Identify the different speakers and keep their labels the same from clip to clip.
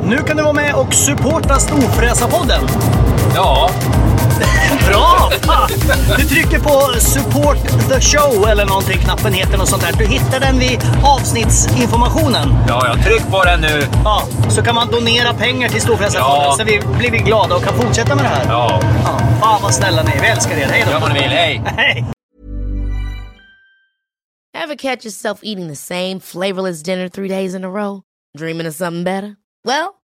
Speaker 1: Nu kan du vara med och supporta Storfräsa-podden.
Speaker 2: Ja,
Speaker 1: Bra! Fan! Du trycker på support the show eller någonting, knappen heter något sånt där. Du hittar den vid avsnittsinformationen.
Speaker 2: ja, ja. Tryck på den nu.
Speaker 1: Ja, så kan man donera pengar till Storfräsarfonden
Speaker 2: Ja.
Speaker 1: så vi blir vi glada och kan fortsätta med det här.
Speaker 2: Ja,
Speaker 1: Ja, fan vad snälla ni är. Vi älskar er. Hej då!
Speaker 2: gör vad ni vill. Hej!
Speaker 1: Hej!
Speaker 3: Ever catch yourself eating the same flavorless dinner three days in a row? Dreaming of something better? Well,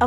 Speaker 4: A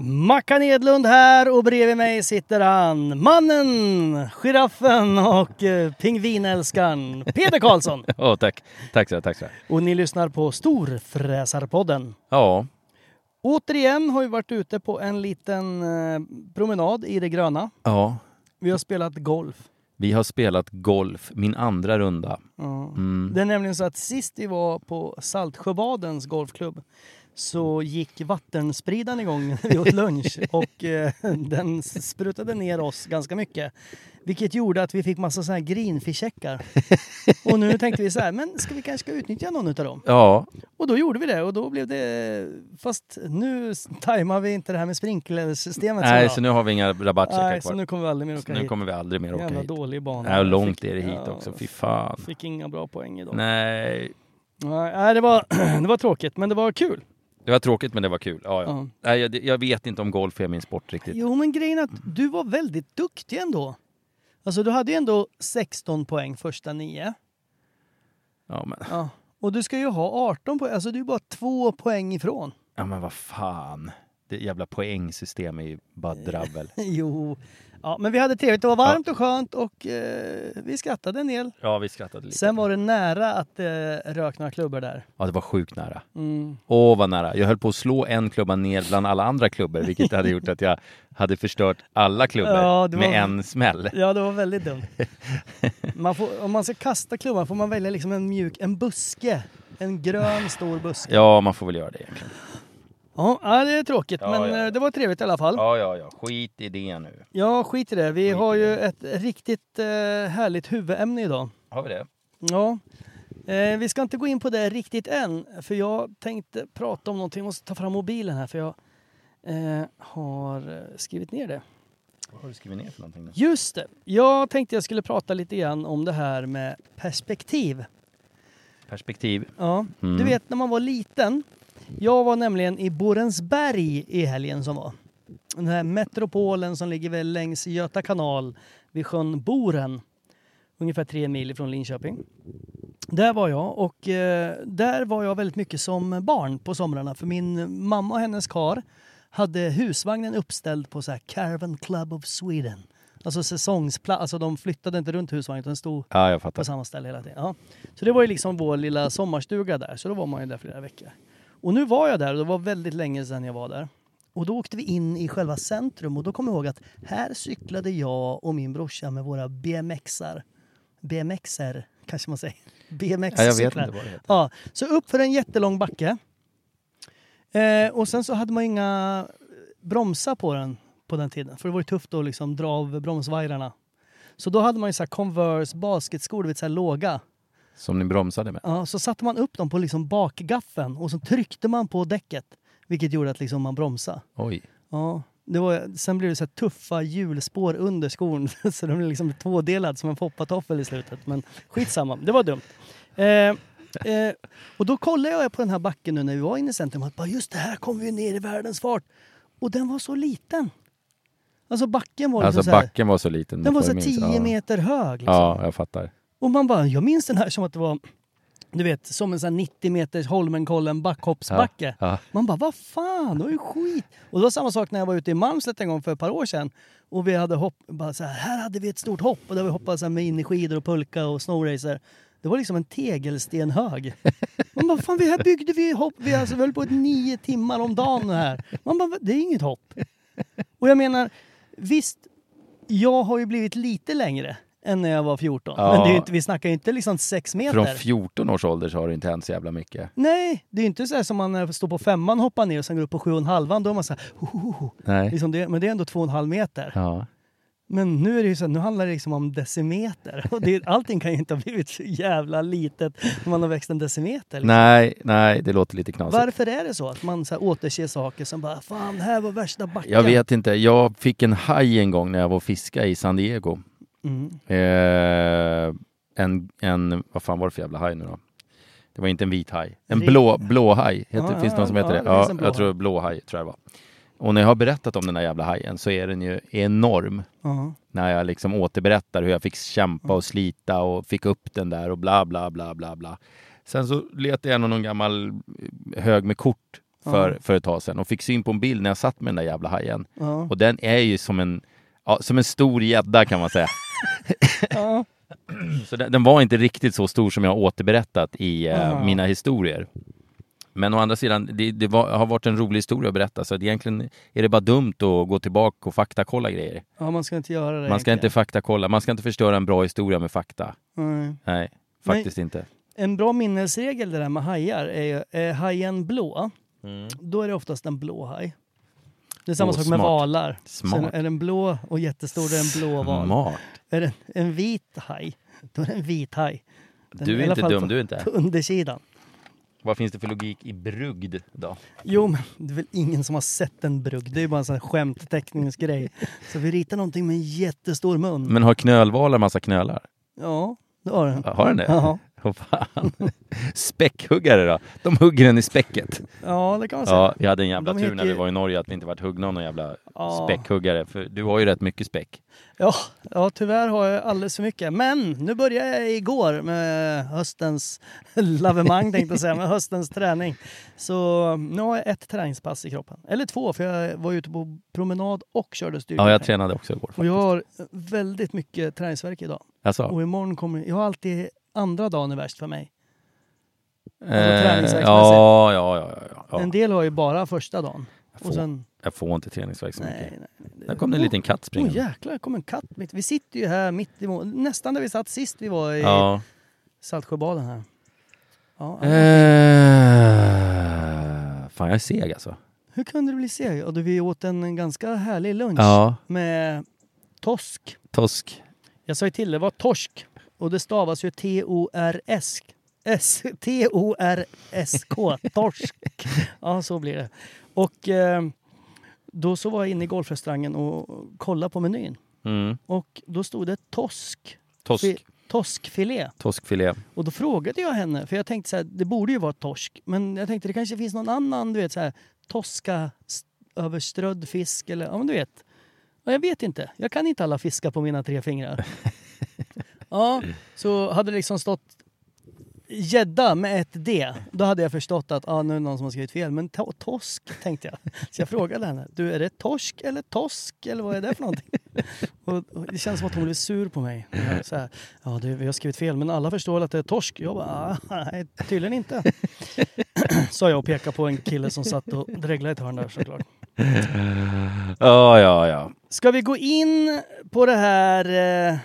Speaker 1: Mackan Edlund här och bredvid mig sitter han, mannen, giraffen och eh, pingvinälskaren Peder Karlsson.
Speaker 5: Ja, tack. Tack så tack så
Speaker 1: Och ni lyssnar på Storfräsarpodden.
Speaker 5: Ja,
Speaker 1: Återigen har vi varit ute på en liten eh, promenad i det gröna.
Speaker 5: ja.
Speaker 1: Vi har spelat golf.
Speaker 5: Vi har spelat golf, min andra runda. Mm.
Speaker 1: Det är nämligen så att sist vi var på Saltsjöbadens golfklubb så gick vattenspridan igång när vi åt lunch och eh, den sprutade ner oss ganska mycket. Vilket gjorde att vi fick massa såna här greenfish-checkar. Och nu tänkte vi så här, men ska vi kanske utnyttja någon utav dem?
Speaker 5: Ja,
Speaker 1: Och då gjorde vi det och då blev det... Fast nu s- tajmar vi inte det här med sprinklersystemet
Speaker 5: nej,
Speaker 1: bra.
Speaker 5: så nu har vi inga rabattcheckar
Speaker 1: Nej, så
Speaker 5: kvar.
Speaker 1: nu kommer vi aldrig mer åka
Speaker 5: Så nu
Speaker 1: hit.
Speaker 5: kommer vi aldrig mer åka
Speaker 1: Jävla
Speaker 5: hit.
Speaker 1: dålig bana.
Speaker 5: Nej, och långt
Speaker 1: Fick-
Speaker 5: är det hit
Speaker 1: ja,
Speaker 5: också. Fy fan.
Speaker 1: Fick inga bra poäng idag.
Speaker 5: Nej,
Speaker 1: Nej, nej, det, var, det var tråkigt, men det var kul.
Speaker 5: det var tråkigt men det var kul. Ja,
Speaker 1: Ja.
Speaker 5: ja. Nej, jag, jag vet inte om golf är min sport riktigt.
Speaker 1: Jo, men grejen är att du var väldigt duktig ändå. Alltså, du hade ju ändå 16 poäng första nio.
Speaker 5: Ja, men,
Speaker 1: Ja. Och du ska ju ha 18 poäng. Alltså, du är bara två poäng ifrån.
Speaker 5: ja, men vad fan. Det jävla poängsystem är ju bara drabbel.
Speaker 1: Jo. Ja, men vi hade trevligt. Det var varmt och skönt och eh, vi skrattade en del.
Speaker 5: Ja, vi skrattade lite.
Speaker 1: Sen var det nära att eh, rökna klubbor där.
Speaker 5: Ja, det var sjukt nära.
Speaker 1: Mm.
Speaker 5: Åh, vad nära. Jag höll på att slå en klubba ner bland alla andra klubbor, vilket hade gjort att jag hade förstört alla klubbor
Speaker 1: Ja, det var-
Speaker 5: med en smäll.
Speaker 1: Ja, det var väldigt dumt. Man får, om man ska kasta klubban får man välja liksom en mjuk, en buske. En grön stor buske.
Speaker 5: Ja, man får väl göra det egentligen.
Speaker 1: Ja, ja, det är tråkigt,
Speaker 5: Ja,
Speaker 1: men
Speaker 5: ja, ja.
Speaker 1: eh, det var trevligt i alla fall.
Speaker 5: Ja, ja, ja. Skit i det nu.
Speaker 1: Ja, skit i det. Vi har ju ett riktigt eh, härligt huvudämne idag.
Speaker 5: Har vi det?
Speaker 1: Ja. Eh, vi ska inte gå in på det riktigt än, för jag tänkte prata om någonting. Jag måste ta fram mobilen här, för jag eh, har eh, skrivit ner det.
Speaker 5: Vad har du skrivit ner för någonting? Nu?
Speaker 1: Just det. Jag tänkte jag skulle prata lite grann om det här med perspektiv.
Speaker 5: Perspektiv.
Speaker 1: Ja.
Speaker 5: Mm.
Speaker 1: Du vet, när man var liten. Jag var nämligen i Borensberg i helgen som var. Den här metropolen som ligger väl längs Göta kanal vid sjön Boren. Ungefär tre mil från Linköping. Där var jag och eh, där var jag väldigt mycket som barn på somrarna för min mamma och hennes kar hade husvagnen uppställd på så här Caravan Club of Sweden. Alltså säsongsplats, alltså de flyttade inte runt husvagnen utan stod
Speaker 5: Ja, jag
Speaker 1: på
Speaker 5: fattar.
Speaker 1: samma ställe hela tiden. Ja. Så det var ju liksom vår lilla sommarstuga där, så då var man ju där flera veckor. Och nu var jag där och det var väldigt länge sedan jag var där. Och då åkte vi in i själva centrum och då kom jag ihåg att här cyklade jag och min brorsa med våra BMXar. BMXer kanske man säger. BMX-cyklar.
Speaker 5: Ja, jag vet inte vad det heter.
Speaker 1: Ja, så upp för en jättelång backe. Eh, och sen så hade man inga bromsar på den på den tiden. För det var ju tufft att liksom dra av bromsvajrarna. Så då hade man ju så här Converse basketskor, du vet så här låga.
Speaker 5: Som ni bromsade med.
Speaker 1: Ja, så satte man upp dem på liksom bakgaffeln och så tryckte man på däcket. Vilket gjorde att liksom man bromsade.
Speaker 5: Oj.
Speaker 1: Ja, det var, sen blev det så här tuffa hjulspår under skon så den blev liksom tvådelad som en foppatoffel i slutet. Men skitsamma, det var dumt. Eh, Eh, och då kollade jag på den här backen nu när vi var inne i centrum. Att bara, just det här kom vi ner i världens fart. Och den var så liten. Alltså backen var liksom
Speaker 5: Alltså
Speaker 1: så här,
Speaker 5: backen var så liten.
Speaker 1: Den var
Speaker 5: mot
Speaker 1: så
Speaker 5: vad
Speaker 1: här
Speaker 5: jag minns.
Speaker 1: 10
Speaker 5: Ja.
Speaker 1: meter hög. Liksom.
Speaker 5: Ja, jag fattar.
Speaker 1: Och man bara, jag minns den här som att det var du vet, som en sån här 90 meters Holmenkollen backhoppsbacke.
Speaker 5: ja.
Speaker 1: Man bara, vad fan, det var ju skit. Och det var samma sak när jag var ute i Malmslätt en gång för ett par år sedan. Och vi hade hopp, bara så här, här hade vi ett stort hopp och där vi hoppade så här med innerskidor och pulka och snowracer. Det var liksom en tegelstenhög. Man bara, fan vi här byggde vi hopp, vi alltså vi höll på ett nio timmar om dagen här. Man bara, det är inget hopp. Och jag menar, visst, jag har ju blivit lite längre än när jag var 14.
Speaker 5: Ja.
Speaker 1: Men det är ju inte, vi snackar ju inte liksom 6 meter.
Speaker 5: Från 14 års ålder så har det inte hänt så jävla mycket.
Speaker 1: Nej, det är ju inte så här som man eh, står på femman, hoppar ner och sen går upp på sju och en halvan. Då är man så här, ho, ho, ho, ho.
Speaker 5: Nej.
Speaker 1: Liksom det, men det är ändå två och en halv meter.
Speaker 5: Ja.
Speaker 1: Men nu är det ju så här, nu handlar det liksom om decimeter. Och det, allting kan ju inte ha blivit så jävla litet när man har växt en decimeter. Liksom.
Speaker 5: Nej, alltså- nej, det låter lite knasigt.
Speaker 1: Varför är det så att man så här återser saker som bara fan, det här var värsta backen.
Speaker 5: Jag vet inte. Jag fick en haj en gång när jag var och fiska i San Diego.
Speaker 1: Mm.
Speaker 5: Eh, en, en, vad fan var det för jävla haj nu då? Det var inte en vit haj. En
Speaker 1: Ri-
Speaker 5: blå, blå haj. Heter,
Speaker 1: Ja,
Speaker 5: finns det
Speaker 1: ja,
Speaker 5: någon som heter
Speaker 1: ja,
Speaker 5: det?
Speaker 1: det finns en
Speaker 5: Ja,
Speaker 1: blå
Speaker 5: jag tror blå haj tror jag det var. Och när jag har berättat om den där jävla hajen så är den ju enorm.
Speaker 1: Ja.
Speaker 5: När jag liksom återberättar hur jag fick kämpa och slita och fick upp den där och bla bla bla bla bla. Sen så letade jag igenom någon gammal eh, hög med kort för, för ett tag sedan och fick syn på en bild när jag satt med den där jävla hajen.
Speaker 1: Ja.
Speaker 5: Och den är ju som en, ja, som en stor gädda kan man säga.
Speaker 1: Ja.
Speaker 5: Så den, den var inte riktigt så stor som jag har återberättat i eh,
Speaker 1: Ah.
Speaker 5: mina historier. Men å andra sidan, det, det var, har varit en rolig historia att berätta så att egentligen är det bara dumt att gå tillbaka och faktakolla grejer.
Speaker 1: ja, man ska inte göra det.
Speaker 5: Man ska inte
Speaker 1: egentligen.
Speaker 5: faktakolla, man ska inte förstöra en bra historia med fakta.
Speaker 1: Nej.
Speaker 5: Nej, faktiskt inte.
Speaker 1: En bra minnesregel det där med hajar är ju, är hajen blå, då är det oftast en blå haj. Det är samma
Speaker 5: Mm. Åh,
Speaker 1: sak med
Speaker 5: smart.
Speaker 1: valar.
Speaker 5: Smart.
Speaker 1: Så är den blå och jättestor, det är en blå val.
Speaker 5: Smart.
Speaker 1: Är det en vit haj, då är det en vit haj. Den
Speaker 5: Du
Speaker 1: i
Speaker 5: är
Speaker 1: alla
Speaker 5: inte
Speaker 1: fall
Speaker 5: dum,
Speaker 1: på-
Speaker 5: du är inte.
Speaker 1: På undersidan.
Speaker 5: Vad finns det för logik i brugd då?
Speaker 1: Jo, men det är väl ingen som har sett en brugg. Det är ju bara en sån här skämtteckningsgrej. Så vi ritar någonting med en jättestor mun.
Speaker 5: Men har knölvalar massa knölar?
Speaker 1: Ja, det har den.
Speaker 5: Har den det?
Speaker 1: Ja.
Speaker 5: Åh, fan. Späckhuggare då? De hugger den i späcket.
Speaker 1: Ja, det kan man säga.
Speaker 5: Ja, vi hade en jävla
Speaker 1: De
Speaker 5: tur
Speaker 1: heter
Speaker 5: när vi
Speaker 1: ju-
Speaker 5: var i Norge att vi inte varit huggna av någon jävla
Speaker 1: Ja.
Speaker 5: späckhuggare. För du har ju rätt mycket späck.
Speaker 1: Ja, ja, tyvärr har jag alldeles för mycket. Men nu började jag igår med höstens lavemang tänkte jag säga, med höstens träning. Så nu har jag ett träningspass i kroppen. Eller två, för jag var ute på promenad och körde styrka.
Speaker 5: Ja, jag tränade också igår.
Speaker 1: Och jag har väldigt mycket träningsvärk idag.
Speaker 5: Alltså,
Speaker 1: Och imorgon kommer... Jag har alltid andra dagen är värst för mig.
Speaker 5: eh,
Speaker 1: träningsverksamhet.
Speaker 5: ja, ja, ja, ja, ja.
Speaker 1: En del har ju bara första dagen.
Speaker 5: Få.
Speaker 1: Och sen...
Speaker 5: Jag får inte träningsvärk så
Speaker 1: Nej,
Speaker 5: mycket.
Speaker 1: nej.
Speaker 5: Där kom det en liten katt
Speaker 1: Åh
Speaker 5: springande.
Speaker 1: jäklar, det kom en katt mitt. Vi sitter ju här mitt emot, nästan där vi satt sist vi var i
Speaker 5: Ja.
Speaker 1: Saltsjöbaden här. Ja,
Speaker 5: Eh, fan, jag är seg alltså.
Speaker 1: Hur kunde du bli seg? Ja, du, vi åt en ganska härlig lunch
Speaker 5: Ja,
Speaker 1: med torsk.
Speaker 5: tosk.
Speaker 1: Jag sa ju till, det var torsk. Och det stavas ju T-O-R-S-K. S- T-O-R-S-K. Torsk. Ja, så blir det. Och eh, då så var jag inne i golfrestaurangen och kollade på menyn.
Speaker 5: Mm.
Speaker 1: Och då stod det torsk.
Speaker 5: Tosk.
Speaker 1: Torskfilé.
Speaker 5: Toskfilé.
Speaker 1: Och då frågade jag henne, för jag tänkte så här, det borde ju vara torsk, men jag tänkte det kanske finns någon annan, du vet så här, toska st- överströdd fisk eller, ja men du vet. Ja, jag vet inte, jag kan inte alla fiskar på mina tre fingrar. ja, så hade det liksom stått gädda med ett D, då hade jag förstått att ah, nu är det någon som har skrivit fel. Men to- tosk tänkte jag. Så jag frågade henne, du är det torsk eller tosk eller vad är det för någonting? Och, och det känns som att hon blev sur på mig. Jag Så här, ja, du, vi har skrivit fel men alla förstår väl att det är torsk? Jag bara, ah, nej tydligen inte. Sa jag och pekade på en kille som satt och dreglade i ett hörn där såklart.
Speaker 5: Ja, ja, ja.
Speaker 1: Ska vi gå in på det här eh,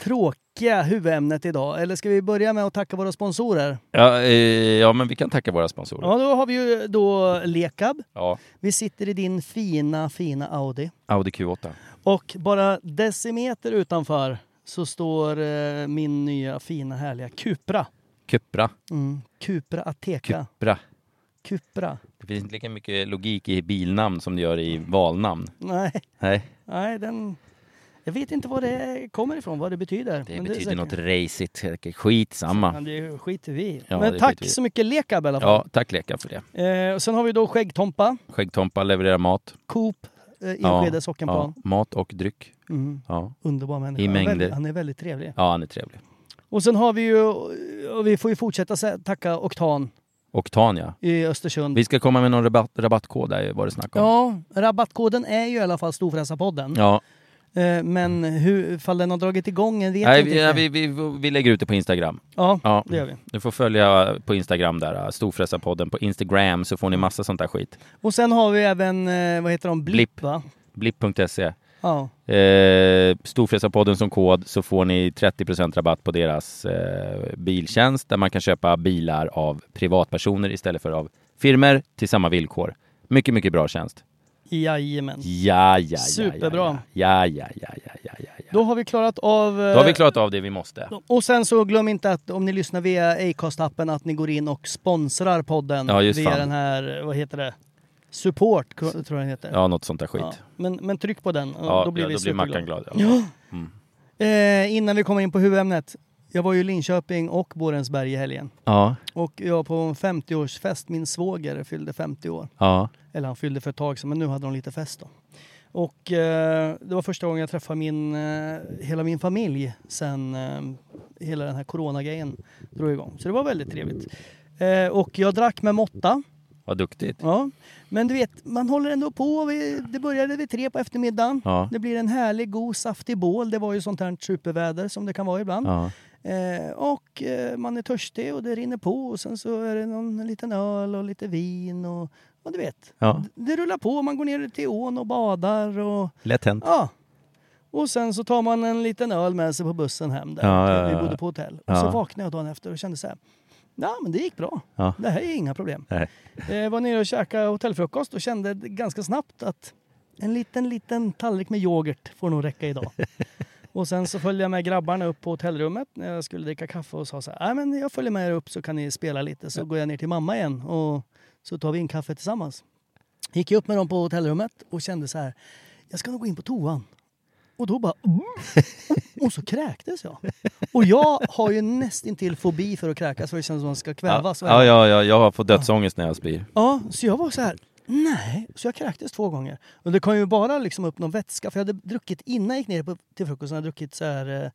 Speaker 1: tråkiga huvudämnet idag? Eller ska vi börja med att tacka våra sponsorer?
Speaker 5: Ja, eh, ja, men vi kan tacka våra sponsorer.
Speaker 1: Ja, då har vi ju då Lekab.
Speaker 5: Ja.
Speaker 1: Vi sitter i din fina, fina Audi.
Speaker 5: Audi Q8.
Speaker 1: Och bara decimeter utanför så står eh, min nya fina härliga Cupra.
Speaker 5: Cupra.
Speaker 1: Mm. Cupra Ateca.
Speaker 5: Cupra.
Speaker 1: Cupra.
Speaker 5: Det finns inte lika mycket logik i bilnamn som det gör i valnamn.
Speaker 1: Nej,
Speaker 5: Nej.
Speaker 1: nej den... Jag vet inte var det kommer ifrån, vad det betyder.
Speaker 5: Det
Speaker 1: men
Speaker 5: betyder
Speaker 1: säkert-
Speaker 5: något racigt. Skitsamma.
Speaker 1: Men det skiter vi i.
Speaker 5: Ja,
Speaker 1: Men
Speaker 5: det skiter vi
Speaker 1: tack
Speaker 5: i.
Speaker 1: så mycket Lekab i alla fall.
Speaker 5: Ja, tack Leka för det.
Speaker 1: Eh, och sen har vi då Skäggtompa,
Speaker 5: Skäggtompa levererar mat.
Speaker 1: Coop, eh,
Speaker 5: Ja,
Speaker 1: Enskede, Sockenplan.
Speaker 5: Ja, mat och dryck.
Speaker 1: Mm.
Speaker 5: Ja.
Speaker 1: Underbar människa.
Speaker 5: I
Speaker 1: Han är
Speaker 5: mängder.
Speaker 1: väldigt- Han är väldigt trevlig.
Speaker 5: ja, han är trevlig.
Speaker 1: Och sen har vi ju, eh, och vi får ju fortsätta sä- tacka Oktan
Speaker 5: Och Tanja.
Speaker 1: i Östersund.
Speaker 5: Vi ska komma med någon rabatt, rabattkod där var det snack om.
Speaker 1: Ja, rabattkoden är ju i alla fall Storfräsarpodden.
Speaker 5: Ja. Mm.
Speaker 1: Eh, men hur, ifall den har dragit igång en vet jag
Speaker 5: Nej,
Speaker 1: inte.
Speaker 5: vi,
Speaker 1: riktigt.
Speaker 5: vi, vi, vi lägger ut det på Instagram.
Speaker 1: Ja,
Speaker 5: Ja.
Speaker 1: det gör vi.
Speaker 5: Du får följa på Instagram där, äh, Storfräsarpodden på Instagram så
Speaker 1: Mm.
Speaker 5: får ni massa sånt där skit.
Speaker 1: Och sen har vi även, eh, vad heter de, Blipp,
Speaker 5: Blipp.
Speaker 1: va?
Speaker 5: Blipp.se.
Speaker 1: Ja.
Speaker 5: Eh, Storfräsarpodden som kod så får ni 30% rabatt på deras eh, biltjänst där man kan köpa bilar av privatpersoner istället för av firmer till samma villkor. Mycket, mycket bra tjänst.
Speaker 1: Jajamän.
Speaker 5: Ja, ja, ja.
Speaker 1: Superbra.
Speaker 5: Ja, ja, ja, ja, ja, ja. ja.
Speaker 1: Då har vi klarat av... eh,
Speaker 5: Då har vi klarat av det vi måste.
Speaker 1: Och sen så glöm inte att om ni lyssnar via Acast-appen att ni går in och sponsrar podden
Speaker 5: Ja, just
Speaker 1: via
Speaker 5: fan.
Speaker 1: den här, vad heter det? Support k- tror jag den heter.
Speaker 5: Ja, något sånt där skit.
Speaker 1: Ja,
Speaker 5: Ja,
Speaker 1: Men, men tryck på den och
Speaker 5: ja,
Speaker 1: då blir vi superglada.
Speaker 5: Mackan glad. Ja.
Speaker 1: Eh, innan vi kommer in på huvudämnet. Jag var ju i Linköping och Borensberg i helgen.
Speaker 5: ja,
Speaker 1: Och jag var på en 50-årsfest. Min svåger fyllde 50 år.
Speaker 5: ja.
Speaker 1: Eller han fyllde för ett tag sedan, men nu hade de lite fest då. Och eh, det var första gången jag träffade min, eh, hela min familj sen eh, hela den här coronagrejen drog igång. Så det var väldigt trevligt. Eh, och jag drack med måtta.
Speaker 5: Vad duktigt.
Speaker 1: Ja. Men du vet, man håller ändå på. Vi- Det började vid tre på eftermiddagen.
Speaker 5: Ja.
Speaker 1: Det blir en härlig, god, saftig bål. Det var ju sånt här superväder som det kan vara ibland.
Speaker 5: Ja.
Speaker 1: Eh, och eh, man är törstig och det rinner på och sen så är det någon liten öl och lite vin och, och du vet.
Speaker 5: Ja.
Speaker 1: Det rullar på, man går ner till ån och badar och
Speaker 5: Lätt hänt.
Speaker 1: ja. Och sen så tar man en liten öl med sig på bussen hem där.
Speaker 5: Ja, ja, ja,
Speaker 1: Vi
Speaker 5: ja.
Speaker 1: bodde på hotell. Och så
Speaker 5: Ja.
Speaker 1: vaknade jag dagen efter och kände så här. Ja men det gick bra.
Speaker 5: Ja.
Speaker 1: Det här är inga problem.
Speaker 5: Nej.
Speaker 1: Jag Eh, var nere och käkade hotellfrukost och kände ganska snabbt att en liten, liten tallrik med yoghurt får nog räcka idag. Och sen så följde jag med grabbarna upp på hotellrummet när jag skulle dricka kaffe och sa så här, "Nej, men jag följer med er upp så kan ni spela lite så går jag ner till mamma igen och så tar vi in kaffe tillsammans. Gick jag upp med dem på hotellrummet och kände så här, jag ska nog gå in på toan. Och då bara... "Mm." Och så kräktes jag. Och jag har ju nästintill fobi för att kräkas för det känns som att man ska
Speaker 5: Ja,
Speaker 1: kvävas.
Speaker 5: ja, ja, ja, jag har fått dödsångest när jag spyr.
Speaker 1: Ja, så jag var så här, nej. Så jag kräktes två gånger. Och det kom ju bara liksom upp någon vätska, för jag hade druckit innan jag gick ner på, till frukosten, hade jag druckit så här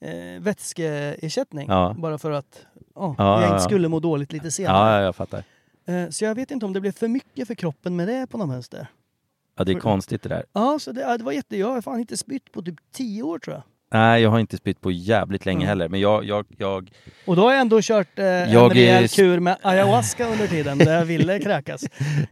Speaker 1: eh, eh, vätskeersättning.
Speaker 5: Ja.
Speaker 1: Bara för att ja,
Speaker 5: Ja,
Speaker 1: jag
Speaker 5: ja,
Speaker 1: inte
Speaker 5: ja.
Speaker 1: skulle må dåligt lite
Speaker 5: Ja,
Speaker 1: senare.
Speaker 5: ja, jag fattar.
Speaker 1: Eh, så jag vet inte om det blev för mycket för kroppen med det på något vänster.
Speaker 5: Ja,
Speaker 1: Mm.
Speaker 5: det är konstigt det där.
Speaker 1: Ja, så det, ja, det var jätte... Jag har fan inte spytt på typ tio år tror jag.
Speaker 5: Nej, jag har inte spytt på jävligt länge
Speaker 1: Mm.
Speaker 5: heller. Men jag, jag, jag,
Speaker 1: Och då har jag ändå kört eh, en
Speaker 5: Jag är-
Speaker 1: rejäl kur med ayahuasca under tiden där jag ville kräkas.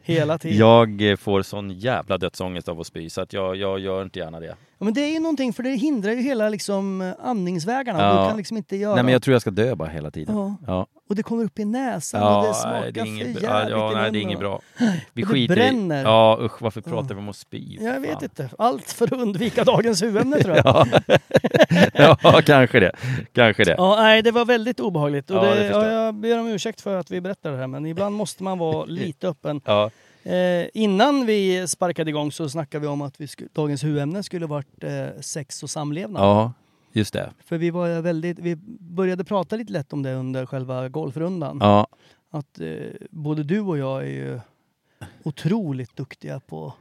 Speaker 1: Hela tiden.
Speaker 5: jag eh, får sån jävla dödsångest av att spy så att jag, jag gör inte gärna det.
Speaker 1: Ja, men det är ju någonting, för det hindrar ju hela liksom, eh, andningsvägarna.
Speaker 5: Ja.
Speaker 1: Du kan liksom inte göra...
Speaker 5: Nej, men jag tror jag ska dö bara hela tiden.
Speaker 1: Ja.
Speaker 5: Ja,
Speaker 1: Och det kommer upp i näsan och det
Speaker 5: ja
Speaker 1: smakar
Speaker 5: nej, det är inget,
Speaker 1: för
Speaker 5: ja,
Speaker 1: jävligt
Speaker 5: ja,
Speaker 1: i
Speaker 5: nej, det är
Speaker 1: munnen.
Speaker 5: inget bra.
Speaker 1: det
Speaker 5: Vi skiter
Speaker 1: bränner.
Speaker 5: i... Ja, usch, varför pratar vi om att spy? för
Speaker 1: Jag vet
Speaker 5: fan?
Speaker 1: inte. Allt för att undvika dagens huvudämne tror jag. ja.
Speaker 5: Ja. ja, kanske det. Kanske det.
Speaker 1: nej, det var väldigt obehagligt. Och
Speaker 5: Ja,
Speaker 1: det,
Speaker 5: det förstår
Speaker 1: ja,
Speaker 5: jag.
Speaker 1: jag ber om ursäkt för att vi berättar det här, men ibland måste man vara lite öppen.
Speaker 5: Ja.
Speaker 1: Eh, innan vi sparkade igång så snackade vi om att vi sku, dagens huvudämne skulle varit eh, sex och samlevnad.
Speaker 5: ja, just det.
Speaker 1: För vi, var ju väldigt, vi började prata lite lätt om det under själva golfrundan.
Speaker 5: Ja,
Speaker 1: att eh, både du och jag är ju otroligt duktiga på...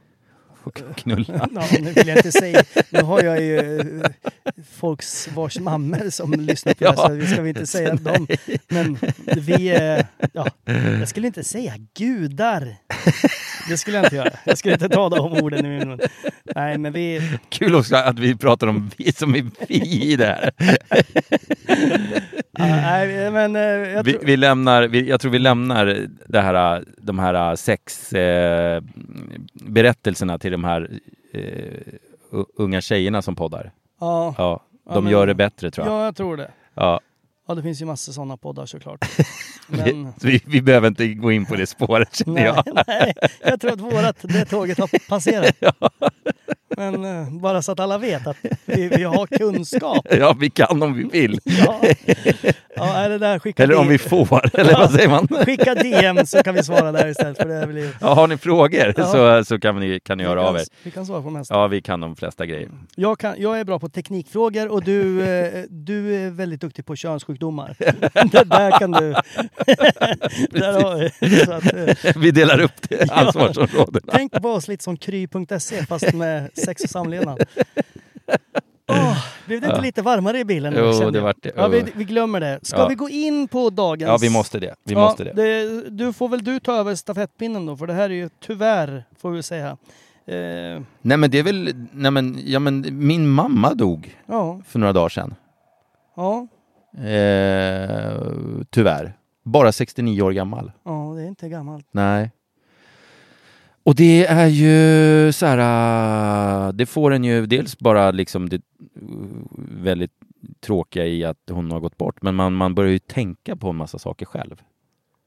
Speaker 5: och knulla.
Speaker 1: Ja, nu vill jag inte säga... Nu har jag ju eh, folks vars mammor som lyssnar på det här, så vi ska väl inte säga att de... Men vi är... Ja, jag skulle inte säga gudar. Det skulle jag inte göra. Jag skulle inte ta de orden i min mun. Nej, men vi...
Speaker 5: Kul också att vi pratar om vi som är vi i det här.
Speaker 1: ja, nej, men eh, jag
Speaker 5: Vi,
Speaker 1: tror...
Speaker 5: vi lämnar, vi, jag tror vi lämnar det här, de här sex eh, berättelserna till de här eh, u- unga tjejerna som poddar.
Speaker 1: Ja,
Speaker 5: Ja,
Speaker 1: Ja,
Speaker 5: de
Speaker 1: men-
Speaker 5: gör det bättre tror jag.
Speaker 1: ja, jag tror det.
Speaker 5: Ja.
Speaker 1: Ja, det finns ju massor sådana poddar såklart.
Speaker 5: Vi,
Speaker 1: Men...
Speaker 5: vi, vi behöver inte gå in på det spåret känner
Speaker 1: Nej,
Speaker 5: jag.
Speaker 1: nej, jag tror att vårat, det tåget har passerat. Men eh, bara så att alla vet att vi, vi har kunskap.
Speaker 5: Ja, vi kan om vi vill.
Speaker 1: Ja, ja är det där skicka
Speaker 5: Eller om
Speaker 1: DM.
Speaker 5: vi får, eller vad säger man?
Speaker 1: Skicka DM så kan vi svara där istället för det blir...
Speaker 5: Ja, har ni frågor
Speaker 1: Ja.
Speaker 5: så, så kan ni, kan ni höra av er.
Speaker 1: Vi kan svara på de mesta.
Speaker 5: Ja, vi kan de flesta grejer.
Speaker 1: Jag, kan, jag är bra på teknikfrågor och du, eh, du är väldigt duktig på könssjukdomar. Det där kan du. där har, vi. så att, eh,
Speaker 5: Vi delar upp det, ansvarsområdena.
Speaker 1: tänk på oss lite som kry.se fast med sex och samlevnad. Åh, blev det inte lite varmare i bilen? nu,
Speaker 5: Jo,
Speaker 1: kände
Speaker 5: det
Speaker 1: jag?
Speaker 5: vart det.
Speaker 1: Ja, vi, vi glömmer det. Ska
Speaker 5: Ja.
Speaker 1: vi gå in på dagens?
Speaker 5: Ja, vi måste det. Vi
Speaker 1: Ja,
Speaker 5: måste det.
Speaker 1: Du får väl du ta över stafettpinnen då, för det här är ju tyvärr, får vi säga. Eh,
Speaker 5: Nej, men det är väl... Nej, men, ja, men min mamma dog
Speaker 1: ja,
Speaker 5: för några dagar sedan.
Speaker 1: ja,
Speaker 5: Eh, tyvärr. Bara 69 år gammal.
Speaker 1: ja, det är inte gammalt.
Speaker 5: Nej. Och det är ju så här, äh, det får en ju dels bara liksom det uh, väldigt tråkiga i att hon har gått bort, men man, man börjar ju tänka på en massa saker själv.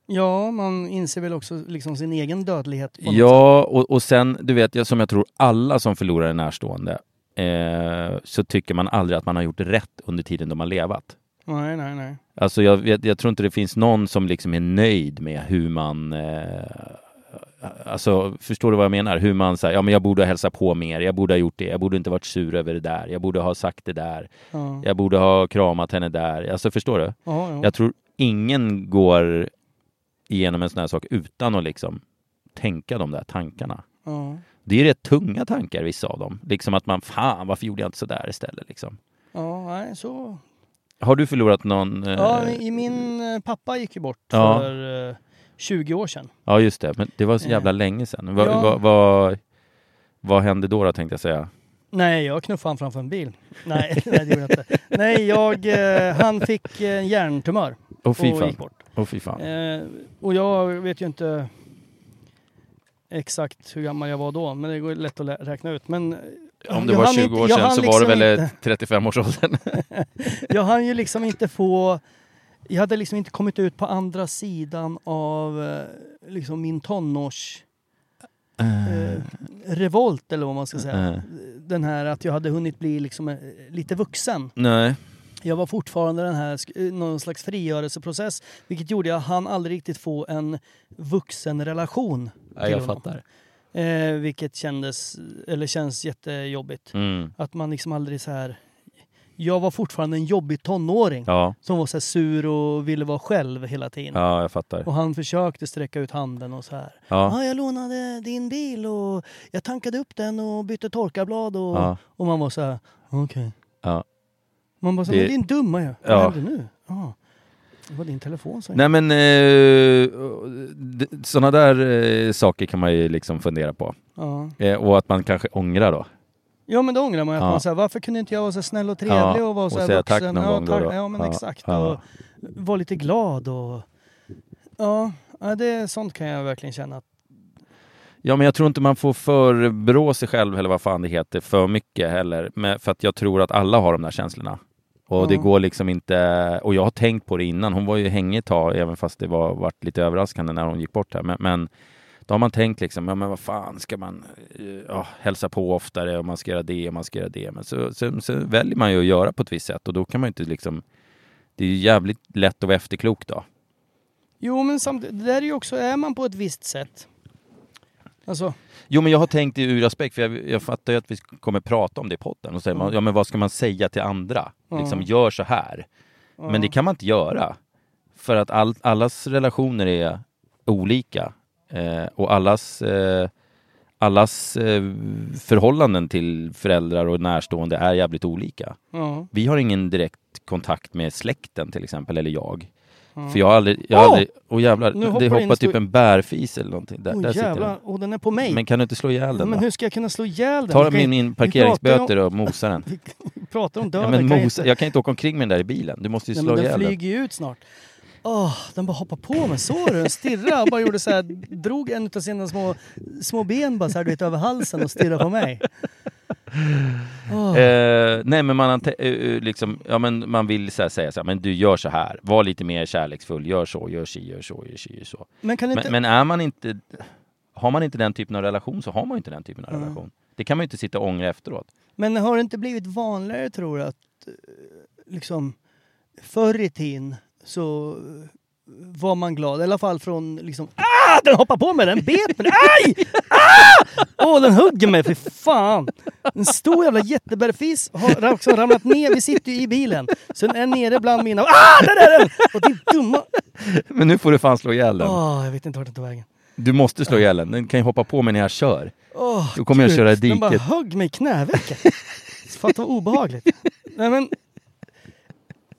Speaker 1: Ja, man inser väl också liksom sin egen dödlighet. på något sätt.
Speaker 5: Ja, och, och sen, du vet, jag- som jag tror alla som förlorar en närstående, eh, så tycker man aldrig att man har gjort rätt under tiden de har levat.
Speaker 1: Nej, nej, nej.
Speaker 5: Alltså jag, vet, jag tror inte det finns någon som liksom är nöjd med hur man... Eh, alltså, förstår du vad jag menar? Hur man säger, ja men jag borde ha hälsat på mer, jag borde ha gjort det, jag borde inte varit sur över det där, jag borde ha sagt det där,
Speaker 1: Ja, ja,
Speaker 5: jag borde ha kramat henne där. Alltså förstår du?
Speaker 1: ja.
Speaker 5: Jag tror ingen går igenom en sån här sak utan att liksom tänka de där tankarna.
Speaker 1: ja,
Speaker 5: Det är rätt tunga tankar vissa av dem. Liksom att man, fan varför gjorde jag inte så där istället liksom.
Speaker 1: ja, nej, så.
Speaker 5: Har du förlorat någon? Eh,
Speaker 1: Ja, i min eh, pappa gick ju bort
Speaker 5: Ja.
Speaker 1: för eh, 20 år sedan.
Speaker 5: Ja just det, men det var så jävla
Speaker 1: Eh.
Speaker 5: länge sedan. Vad,
Speaker 1: Ja.
Speaker 5: vad, vad, vad hände då, då tänkte jag säga?
Speaker 1: Nej, jag knuffade han framför en bil. Nej, nej det gjorde jag inte. Nej, jag, eh, han fick eh, en hjärntumör
Speaker 5: Åh
Speaker 1: och
Speaker 5: fy fan.
Speaker 1: gick bort.
Speaker 5: Åh fy fan.
Speaker 1: Eh, och jag vet ju inte exakt hur gammal jag var då, men det går ju lätt att lä- räkna ut. Men eh,
Speaker 5: Om det
Speaker 1: jag
Speaker 5: var
Speaker 1: hann
Speaker 5: 20
Speaker 1: inte-
Speaker 5: år
Speaker 1: jag
Speaker 5: sedan
Speaker 1: hann
Speaker 5: så var det
Speaker 1: liksom
Speaker 5: väl
Speaker 1: inte- Eh,
Speaker 5: 35-årsåldern.
Speaker 1: Jag hann ju liksom inte få... Jag hade liksom inte kommit ut på andra sidan av eh, liksom min tonårs... Eh, revolt eller vad man ska säga.
Speaker 5: Eh.
Speaker 1: Den här att jag hade hunnit bli liksom eh, lite vuxen.
Speaker 5: Nej.
Speaker 1: Jag var fortfarande den här, sk- eh, någon slags frigörelseprocess vilket gjorde jag han aldrig riktigt få en vuxen relation.
Speaker 5: Nej,
Speaker 1: till
Speaker 5: jag
Speaker 1: honom.
Speaker 5: fattar.
Speaker 1: Eh, vilket kändes, eller känns jättejobbigt.
Speaker 5: Mm.
Speaker 1: Att man liksom aldrig så här... Jag var fortfarande en jobbig tonåring
Speaker 5: Ja,
Speaker 1: som var så här sur och ville vara själv hela tiden.
Speaker 5: ja, jag fattar.
Speaker 1: Och han försökte sträcka ut handen och så här. Ja,
Speaker 5: Ja.
Speaker 1: jag lånade din bil och jag tankade upp den och bytte torkarblad och...
Speaker 5: Ja.
Speaker 1: Och man var så här, okej.
Speaker 5: Ja.
Speaker 1: Man bara så
Speaker 5: Det-
Speaker 1: här, men din dumma ju. Vad
Speaker 5: Ja.
Speaker 1: hände nu? Ja. Det var din telefon som
Speaker 5: Nej men, eh, d- såna där eh, saker kan man ju liksom fundera på.
Speaker 1: Ja.
Speaker 5: Eh, och att man kanske ångrar då.
Speaker 1: ja, men då ångrar man ju att
Speaker 5: Ja.
Speaker 1: man säger, varför kunde inte jag vara så snäll och trevlig
Speaker 5: Ja,
Speaker 1: och vara så
Speaker 5: och
Speaker 1: här
Speaker 5: säga
Speaker 1: vuxen?
Speaker 5: tack någon
Speaker 1: ja,
Speaker 5: gång då
Speaker 1: tack.
Speaker 5: då.
Speaker 1: Ja, men
Speaker 5: Ja,
Speaker 1: exakt.
Speaker 5: ja.
Speaker 1: Och vara lite glad och... Ja, ja det, sånt kan jag verkligen känna. att-
Speaker 5: Ja, men jag tror inte man får förbrå sig själv eller vad fan det heter för mycket heller. Men för att jag tror att alla har de där känslorna. Och det
Speaker 1: Ja.
Speaker 5: går liksom inte... Och jag har tänkt på det innan. Hon var ju hängig ett tag, även fast det var varit lite överraskande när hon gick bort här. Men, men då har man tänkt liksom, ja men vad fan ska man eh, ja, hälsa på oftare och man ska göra det och man ska göra det. Men så, så, så väljer man ju att göra på ett visst sätt och då kan man ju inte liksom... Det är ju jävligt lätt att vara efterklok då.
Speaker 1: Jo, men samtidigt, det där är ju också, är man på ett visst sätt. Alltså,
Speaker 5: Jo, men jag har tänkt det ur aspekt, för jag, jag fattar ju att vi kommer prata om det i podden. Och säger
Speaker 1: Mm.
Speaker 5: man, ja men vad ska man säga till andra? Liksom, gör så här. Men
Speaker 1: Mm.
Speaker 5: det kan man inte göra. För att all, allas relationer är olika. Eh, och allas, eh, allas eh, förhållanden till föräldrar och närstående är jävligt olika.
Speaker 1: ja.
Speaker 5: Vi har ingen direkt kontakt med släkten till exempel, eller jag. För jag har aldrig... Jag har
Speaker 1: Mm. Åh!
Speaker 5: aldrig åh jävlar,
Speaker 1: Nu hoppar
Speaker 5: det
Speaker 1: in en
Speaker 5: hoppar typ
Speaker 1: stor-
Speaker 5: en bärfis eller någonting. Där,
Speaker 1: Åh
Speaker 5: där sitter
Speaker 1: jävlar,
Speaker 5: den.
Speaker 1: och den är på mig.
Speaker 5: Men kan du inte slå ihjäl
Speaker 1: Ja,
Speaker 5: den
Speaker 1: men
Speaker 5: då?
Speaker 1: hur ska jag kunna slå ihjäl den?
Speaker 5: Ta
Speaker 1: Jag kan
Speaker 5: min,
Speaker 1: ju-
Speaker 5: min
Speaker 1: pratar
Speaker 5: parkeringsböter och mosa den.
Speaker 1: Vi pratar om
Speaker 5: Ja,
Speaker 1: döden.
Speaker 5: men
Speaker 1: kan ju
Speaker 5: mosa,
Speaker 1: inte-
Speaker 5: jag kan inte åka omkring med den där i bilen. Du måste ju
Speaker 1: Nej,
Speaker 5: slå
Speaker 1: men den
Speaker 5: ihjäl den.
Speaker 1: flyger ju ut snart. Åh, den bara hoppar på mig. Såg du? Den stirrade och bara gjorde så här. Drog en av sina små, små ben bara så här, du vet, över halsen och stirrade på mig. Åh,
Speaker 5: Eh, nej men man, ante- eh, eh, liksom, ja, men man vill så här, säga så här, men du gör så här. Var lite mer kärleksfull, gör så, gör si, gör så, gör si, gör så.
Speaker 1: men kan du inte...
Speaker 5: Men, men är man inte, har man inte den typen av relation så har man ju inte den typen av relation. Det kan man ju inte sitta och ångra efteråt.
Speaker 1: Men har det inte blivit vanligare tror du att eh, liksom förr i tiden så eh, var man glad, i alla fall från liksom ah, den hoppar på mig, den bet mig, aj! Ah! Åh, den hugger mig, för fan! En stor jävla jättebergfis har också ramlat ner, vi sitter ju i bilen. Så den är nere bland mina, ah, där är den! Och det dumma...
Speaker 5: Men nu får du fan slå ihjäl den.
Speaker 1: Åh, jag vet inte vart den tog vägen.
Speaker 5: Du måste slå ihjäl den. Den kan ju hoppa på mig när jag kör.
Speaker 1: Åh,
Speaker 5: Då kommer jag
Speaker 1: Gud,
Speaker 5: köra i
Speaker 1: Den bara
Speaker 5: diket.
Speaker 1: högg mig i knävecket. Fatta vad obehagligt. Nej, men,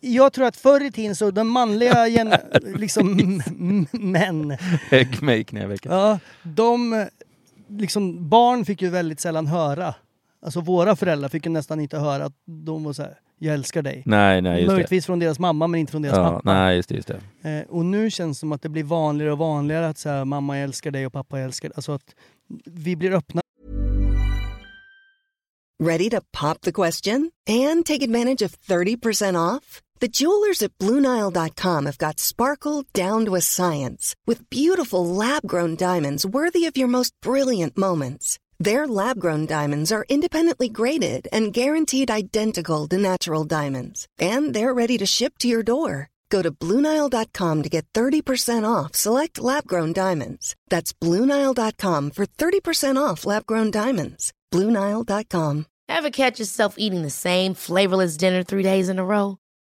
Speaker 1: jag tror att förr i tiden så den manliga gen, liksom, m- m- män,
Speaker 5: Högg mig i knävecket.
Speaker 1: ja, de, eh, liksom, barn fick ju väldigt sällan höra. Alltså våra föräldrar fick ju nästan inte höra att de var så här, jag älskar dig.
Speaker 5: Nej, nej, just det.
Speaker 1: Möjligtvis från deras mamma men inte från deras
Speaker 5: Ja,
Speaker 1: pappa.
Speaker 5: nej, just det, just det.
Speaker 1: Eh, och nu känns det som att det blir vanligare och vanligare att så här, mamma jag älskar dig och pappa jag älskar dig. Alltså att vi blir öppna
Speaker 6: Ready to pop the question and take advantage of 30% off? The jewelers at Bluenile.com have got sparkle down to a science with beautiful lab grown diamonds worthy of your most brilliant moments. Their lab grown diamonds are independently graded and guaranteed identical to natural diamonds, and they're ready to ship to your door. Go to Bluenile.com to get 30% off select lab grown diamonds. That's Bluenile.com for 30% off lab grown diamonds. Bluenile.com.
Speaker 3: Ever catch yourself eating the same flavorless dinner three days in a row?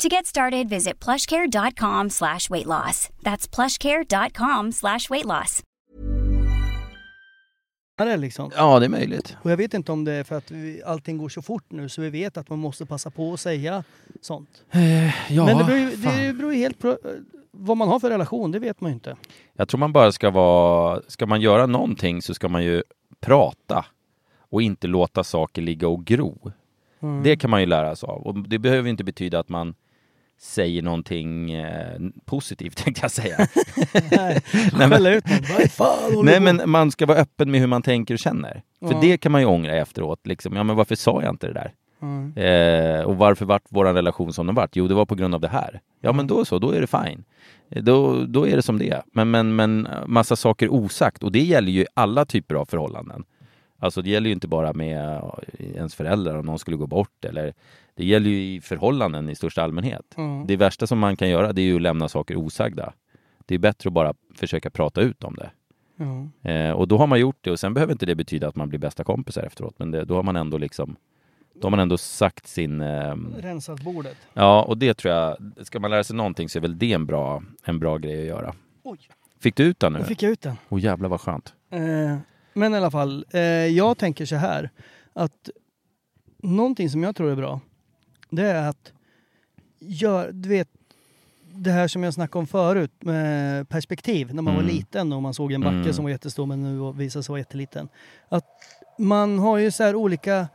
Speaker 7: To get started, visit plushcare.com slash weight loss. That's plushcare.com slash weight loss.
Speaker 1: det liksom.
Speaker 5: Ja, det är möjligt.
Speaker 1: Och jag vet inte om det är för att vi, allting går så fort nu så vi vet att man måste passa på att säga sånt.
Speaker 5: Ja,
Speaker 1: Men det beror, ju,
Speaker 5: fan.
Speaker 1: det beror ju helt på eh, vad man har för relation, det vet man ju inte.
Speaker 5: Jag tror man bara ska vara... Ska man göra någonting så ska man ju prata och inte låta saker ligga och gro.
Speaker 1: Mm.
Speaker 5: Det kan man ju lära sig av. Och det behöver ju inte betyda att man säger någonting eh, positivt, tänkte jag säga. Nej, men-
Speaker 1: Skälla ut någon. Vad fan håller
Speaker 5: Nej
Speaker 1: du på
Speaker 5: men man ska vara öppen med hur man tänker och känner. För
Speaker 1: Ja.
Speaker 5: det kan man ju ångra efteråt. Liksom. Ja men varför sa jag inte det där? Eh, och varför vart vår relation som den vart? Jo det var på grund av det här. Ja men då så, då är det fine. Eh, Då, då är det som det är. Men, men, men eh, massa saker osagt. Och det gäller ju alla typer av förhållanden. Alltså det gäller ju inte bara med eh, ens föräldrar om någon skulle gå bort eller Det gäller ju i förhållanden i största allmänhet. Det värsta som man kan göra det är ju att lämna saker osagda. Det är bättre att bara försöka prata ut om det.
Speaker 1: Ja.
Speaker 5: Eh, och då har man gjort det och sen behöver inte det betyda att man blir bästa kompisar efteråt. Men det, då har man ändå liksom då har man ändå sagt sin... ehm,
Speaker 1: Rensat bordet.
Speaker 5: ja, och det tror jag... Ska man lära sig någonting så är väl det en bra, en bra grej att göra.
Speaker 1: Oj,
Speaker 5: Fick du ut den nu?
Speaker 1: då
Speaker 5: Åh
Speaker 1: fick jag ut den.
Speaker 5: jävlar vad skönt.
Speaker 1: Eh, men i alla fall, eh, jag tänker så här. Att någonting som jag tror är bra, det är att gör, du vet det här som jag snackade om förut med perspektiv när man var
Speaker 5: Mm.
Speaker 1: liten och man såg en backe
Speaker 5: Mm.
Speaker 1: som var jättestor men nu visade sig vara jätteliten. Att man har ju så här olika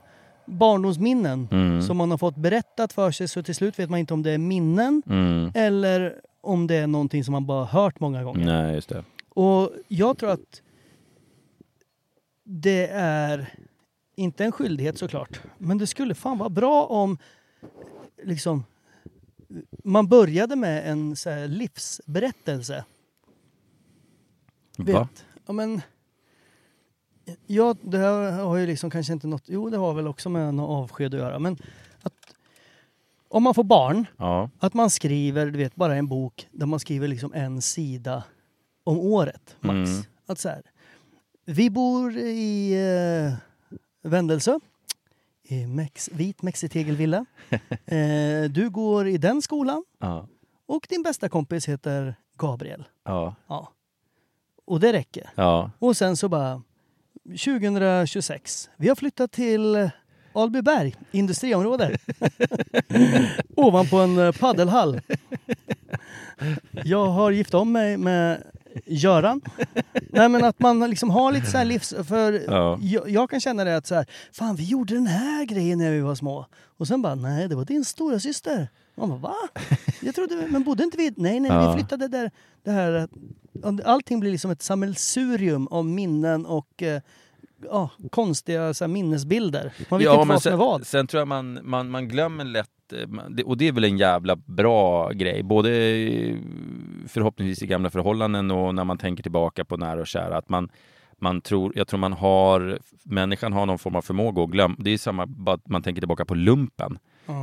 Speaker 1: barndomsminnen
Speaker 5: Mm.
Speaker 1: som man har fått berättat för sig så till slut vet man inte om det är minnen
Speaker 5: Mm.
Speaker 1: eller om det är någonting som man bara hört många gånger.
Speaker 5: Nej, just det.
Speaker 1: Och jag tror att det är inte en skyldighet såklart, men det skulle fan vara bra om liksom man började med en så här, livsberättelse.
Speaker 5: Va?
Speaker 1: Vet, ja, men, ja, det här har ju liksom kanske inte något... Jo, det har väl också med någon avsked att göra. Men att, om man får barn,
Speaker 5: Ja.
Speaker 1: att man skriver, du vet, bara en bok där man skriver liksom en sida om året, max.
Speaker 5: Mm.
Speaker 1: Att så här, vi bor i eh, Vendelsö, i Mex, vit mexitegelvilla. eh, du går i den skolan
Speaker 5: ja.
Speaker 1: och din bästa kompis heter Gabriel.
Speaker 5: Ja.
Speaker 1: Ja. Och det räcker.
Speaker 5: Ja.
Speaker 1: Och sen så bara 2026. Vi har flyttat till Albyberg industriområde. Ovanpå en eh, paddelhall. Jag har gift om mig med Göran. Nej men att man liksom har lite så här livs... För
Speaker 5: Ja.
Speaker 1: jag, jag kan känna det att så här, fan vi gjorde den här grejen när vi var små. Och sen bara, nej det var din stora syster. Man bara, va? Jag trodde, men bodde inte vi... Nej nej,
Speaker 5: Ja.
Speaker 1: vi flyttade där. Det här, allting blir liksom ett sammelsurium av minnen och eh, ja, konstiga så här, minnesbilder. Man vet inte vad som är vad.
Speaker 5: sen tror jag man, man, man glömmer lätt, eh, man- det- och det är väl en jävla bra grej, både eh, förhoppningsvis i gamla förhållanden och när man tänker tillbaka på nära och kära, att man, man tror, jag tror man har, människan har någon form av förmåga att glömma, det är samma, bara att man tänker tillbaka på lumpen.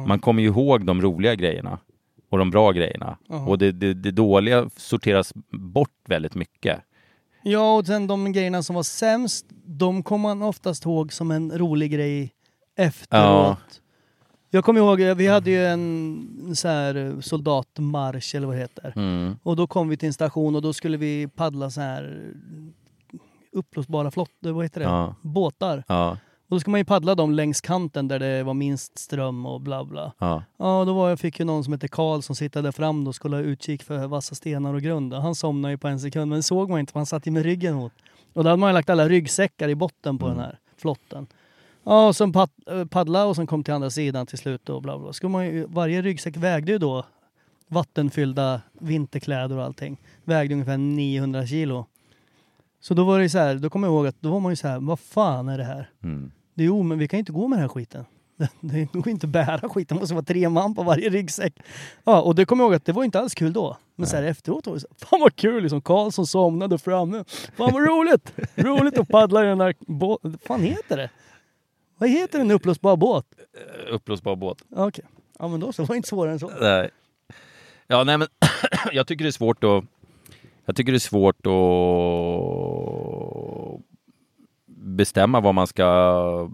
Speaker 5: Man kommer ju ihåg de roliga grejerna och de bra grejerna. Och det, det, det dåliga sorteras bort väldigt mycket.
Speaker 1: Ja, och sen de grejerna som var sämst, de kom man oftast ihåg som en rolig grej efteråt. Jag kommer ihåg, eh, vi hade ju en så här eh, soldatmarsch eller vad det heter. Och då kom vi till en station och då skulle vi paddla så här eh, uppblåsbara flottor, vad heter det?
Speaker 5: Ja.
Speaker 1: Båtar.
Speaker 5: Ja,
Speaker 1: Och då ska man ju paddla dem längs kanten där det var minst ström och bla bla.
Speaker 5: ja,
Speaker 1: Ja, och då var jag, fick ju någon som hette Karl som sittade fram då och skulle ha utkik för vassa stenar och grund. Och Han somnade ju på en sekund, men det såg man inte för han satt ju med ryggen mot. Och då hade man ju lagt alla ryggsäckar i botten på den här flotten. Ja, och sen pad, eh, paddla och sen kom till andra sidan till slut och bla bla. Skulle man ju, varje ryggsäck vägde ju då vattenfyllda vinterkläder och allting. Vägde ungefär 900 kilo. Så då var det ju så här, då kommer jag ihåg att då var man ju så här, vad fan är det här?
Speaker 5: Mm.
Speaker 1: Det är ju om- men vi kan ju inte gå med den här skiten. Det- Det går ju inte att bära skiten, det måste vara tre man på varje ryggsäck. Ja, och det kommer jag ihåg att det var inte alls kul då. Men så här efteråt var det så här, fan vad kul liksom, Karlsson somnade framme. Fan vad roligt! roligt att paddla i den här båten. Vad fan heter det? Vad heter en uppblåsbar båt?
Speaker 5: uppblåsbar båt.
Speaker 1: Ja, Okej, ja men då så, var det inte svårare än så.
Speaker 5: Nej. Eh, Ja, nej men jag tycker det är svårt att... Jag tycker det är svårt att bestämma vad man ska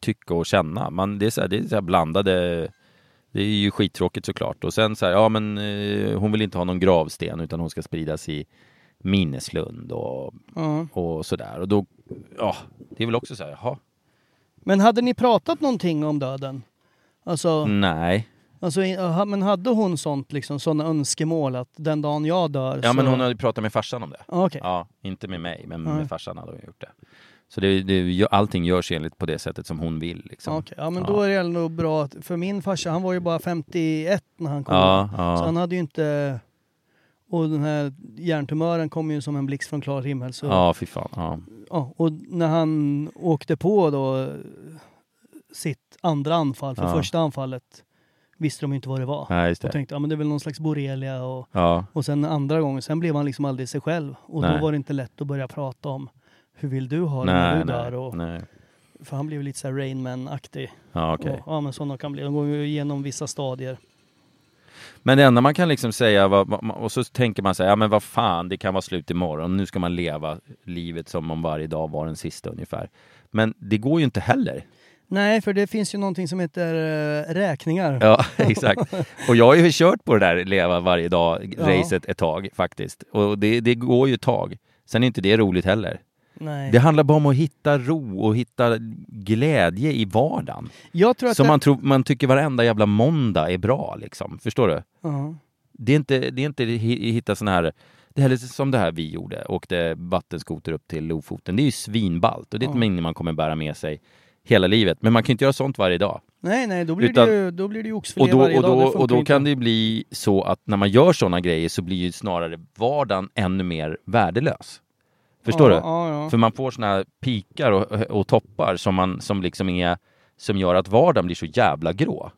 Speaker 5: tycka och känna. Man, det är så här, det är så här blandade... Det är ju skittråkigt såklart. Och sen så här, ja men eh, hon vill inte ha någon gravsten utan hon ska spridas i minneslund och,
Speaker 1: Ja.
Speaker 5: och sådär. Och då, ja, det är väl också så här, jaha,
Speaker 1: Men hade ni pratat någonting om döden? Alltså,
Speaker 5: Mm. nej.
Speaker 1: alltså, i- ha- men hade hon sånt liksom, sådana önskemål att den dagen jag dör
Speaker 5: Ja
Speaker 1: så...
Speaker 5: men hon hade pratat med farsan om det.
Speaker 1: Ja, Okej.
Speaker 5: Ja, inte med mig, men
Speaker 1: Nej.
Speaker 5: med farsan hade hon gjort det. Så det, det, allting görs enligt på det sättet som hon vill. Liksom.
Speaker 1: Ja, okej. Ja, men då är det nog bra. att- För min farsa, han var ju bara 51 när han kom.
Speaker 5: Ja,
Speaker 1: Så han
Speaker 5: ja.
Speaker 1: hade ju inte... Och den här hjärntumören kom ju som en blixt från klar himmel. Så,
Speaker 5: ja, fy fan. Ja.
Speaker 1: ja, och när han åkte på då eh, sitt andra anfall, för
Speaker 5: Ja.
Speaker 1: första anfallet visste de ju inte vad det var.
Speaker 5: Nej, just
Speaker 1: Och
Speaker 5: det.
Speaker 1: tänkte, ja men det är väl någon slags borrelia och...
Speaker 5: Ja,
Speaker 1: Och sen andra gången, sen blev han liksom aldrig sig själv. Och
Speaker 5: Nej.
Speaker 1: då var det inte lätt att börja prata om hur vill du ha det när
Speaker 5: nej,
Speaker 1: du dör? Och,
Speaker 5: nej. nej.
Speaker 1: för han blev lite så här Rain Man-aktig.
Speaker 5: Ja, okej.
Speaker 1: Ja, ja, men sådana kan bli. De går ju igenom vissa stadier.
Speaker 5: Men det enda man kan liksom säga, vad- vad- och så tänker man så här, ja men vad fan, det kan vara slut imorgon, nu ska man leva livet som om varje dag var den sista ungefär. Men det går ju inte heller.
Speaker 1: Nej, för det finns ju någonting som heter eh, räkningar.
Speaker 5: Ja, exakt. Och jag har ju kört på det där leva varje dag-racet ett tag faktiskt. Och det, det går ju ett tag. Sen är inte det roligt heller.
Speaker 1: Nej.
Speaker 5: Det handlar bara om att hitta ro och hitta glädje i vardagen.
Speaker 1: jag tror att
Speaker 5: Som
Speaker 1: det...
Speaker 5: man, tror, man tycker varenda jävla måndag är bra liksom. Förstår du?
Speaker 1: Ja.
Speaker 5: Det är inte, det är inte hi- hitta såna här... Det här är som det här vi gjorde, åkte vattenskoter upp till Lofoten. Det är ju svinballt och det är ett minne man kommer bära med sig hela livet. Men man kan ju inte göra sånt varje dag.
Speaker 1: Nej, nej, då blir
Speaker 5: Utan-
Speaker 1: det ju, då blir det ju oxfilé
Speaker 5: Och då,
Speaker 1: varje
Speaker 5: och,
Speaker 1: dag.
Speaker 5: då,
Speaker 1: funkar
Speaker 5: och då
Speaker 1: ju
Speaker 5: kan
Speaker 1: inte.
Speaker 5: det ju bli så att när man gör såna grejer så blir ju snarare vardagen ännu mer värdelös. Förstår
Speaker 1: ja,
Speaker 5: du?
Speaker 1: Ja, ja.
Speaker 5: För man får såna här pikar och, och toppar som, man, som liksom är som gör att vardagen blir så jävla grå.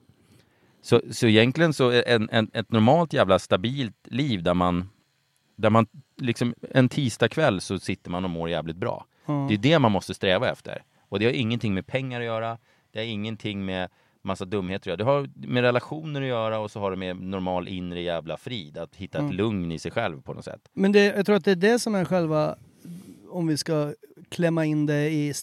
Speaker 5: Så, så egentligen så är en, en, ett normalt jävla stabilt liv där man, där man liksom en tisdagkväll så sitter man och mår jävligt bra. Det är det man måste sträva efter. Och det har ingenting med pengar att göra. Det har ingenting med massa dumheter att göra. Det har med relationer att göra och så har det med normal inre jävla frid. Att hitta ett lugn i sig själv på något sätt.
Speaker 1: Men det, jag tror att det är det som är själva, om vi ska klämma in det i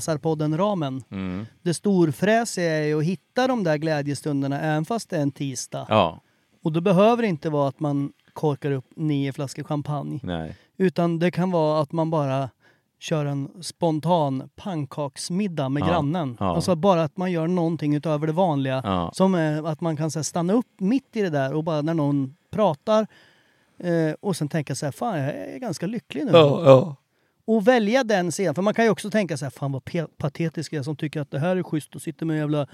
Speaker 1: storfräsarpodden-ramen.
Speaker 5: Mm.
Speaker 1: Det storfräsiga är ju att hitta de där glädjestunderna även fast det är en tisdag.
Speaker 5: Ja,
Speaker 1: Och då behöver det inte vara att man korkar upp nio flaskor champagne.
Speaker 5: Nej.
Speaker 1: Utan det kan vara att man bara kör en spontan pannkaksmiddag med
Speaker 5: Ja,
Speaker 1: grannen.
Speaker 5: ja.
Speaker 1: Alltså bara att man gör någonting utöver det vanliga.
Speaker 5: Ja.
Speaker 1: Som är att man kan så här, stanna upp mitt i det där och bara när någon pratar eh, och sen tänka så här, fan jag är ganska lycklig nu.
Speaker 5: ja.
Speaker 1: Och välja den scenen. För man kan ju också tänka så här, fan vad pe- patetisk jag är som tycker att det här är schysst och sitter med en jävla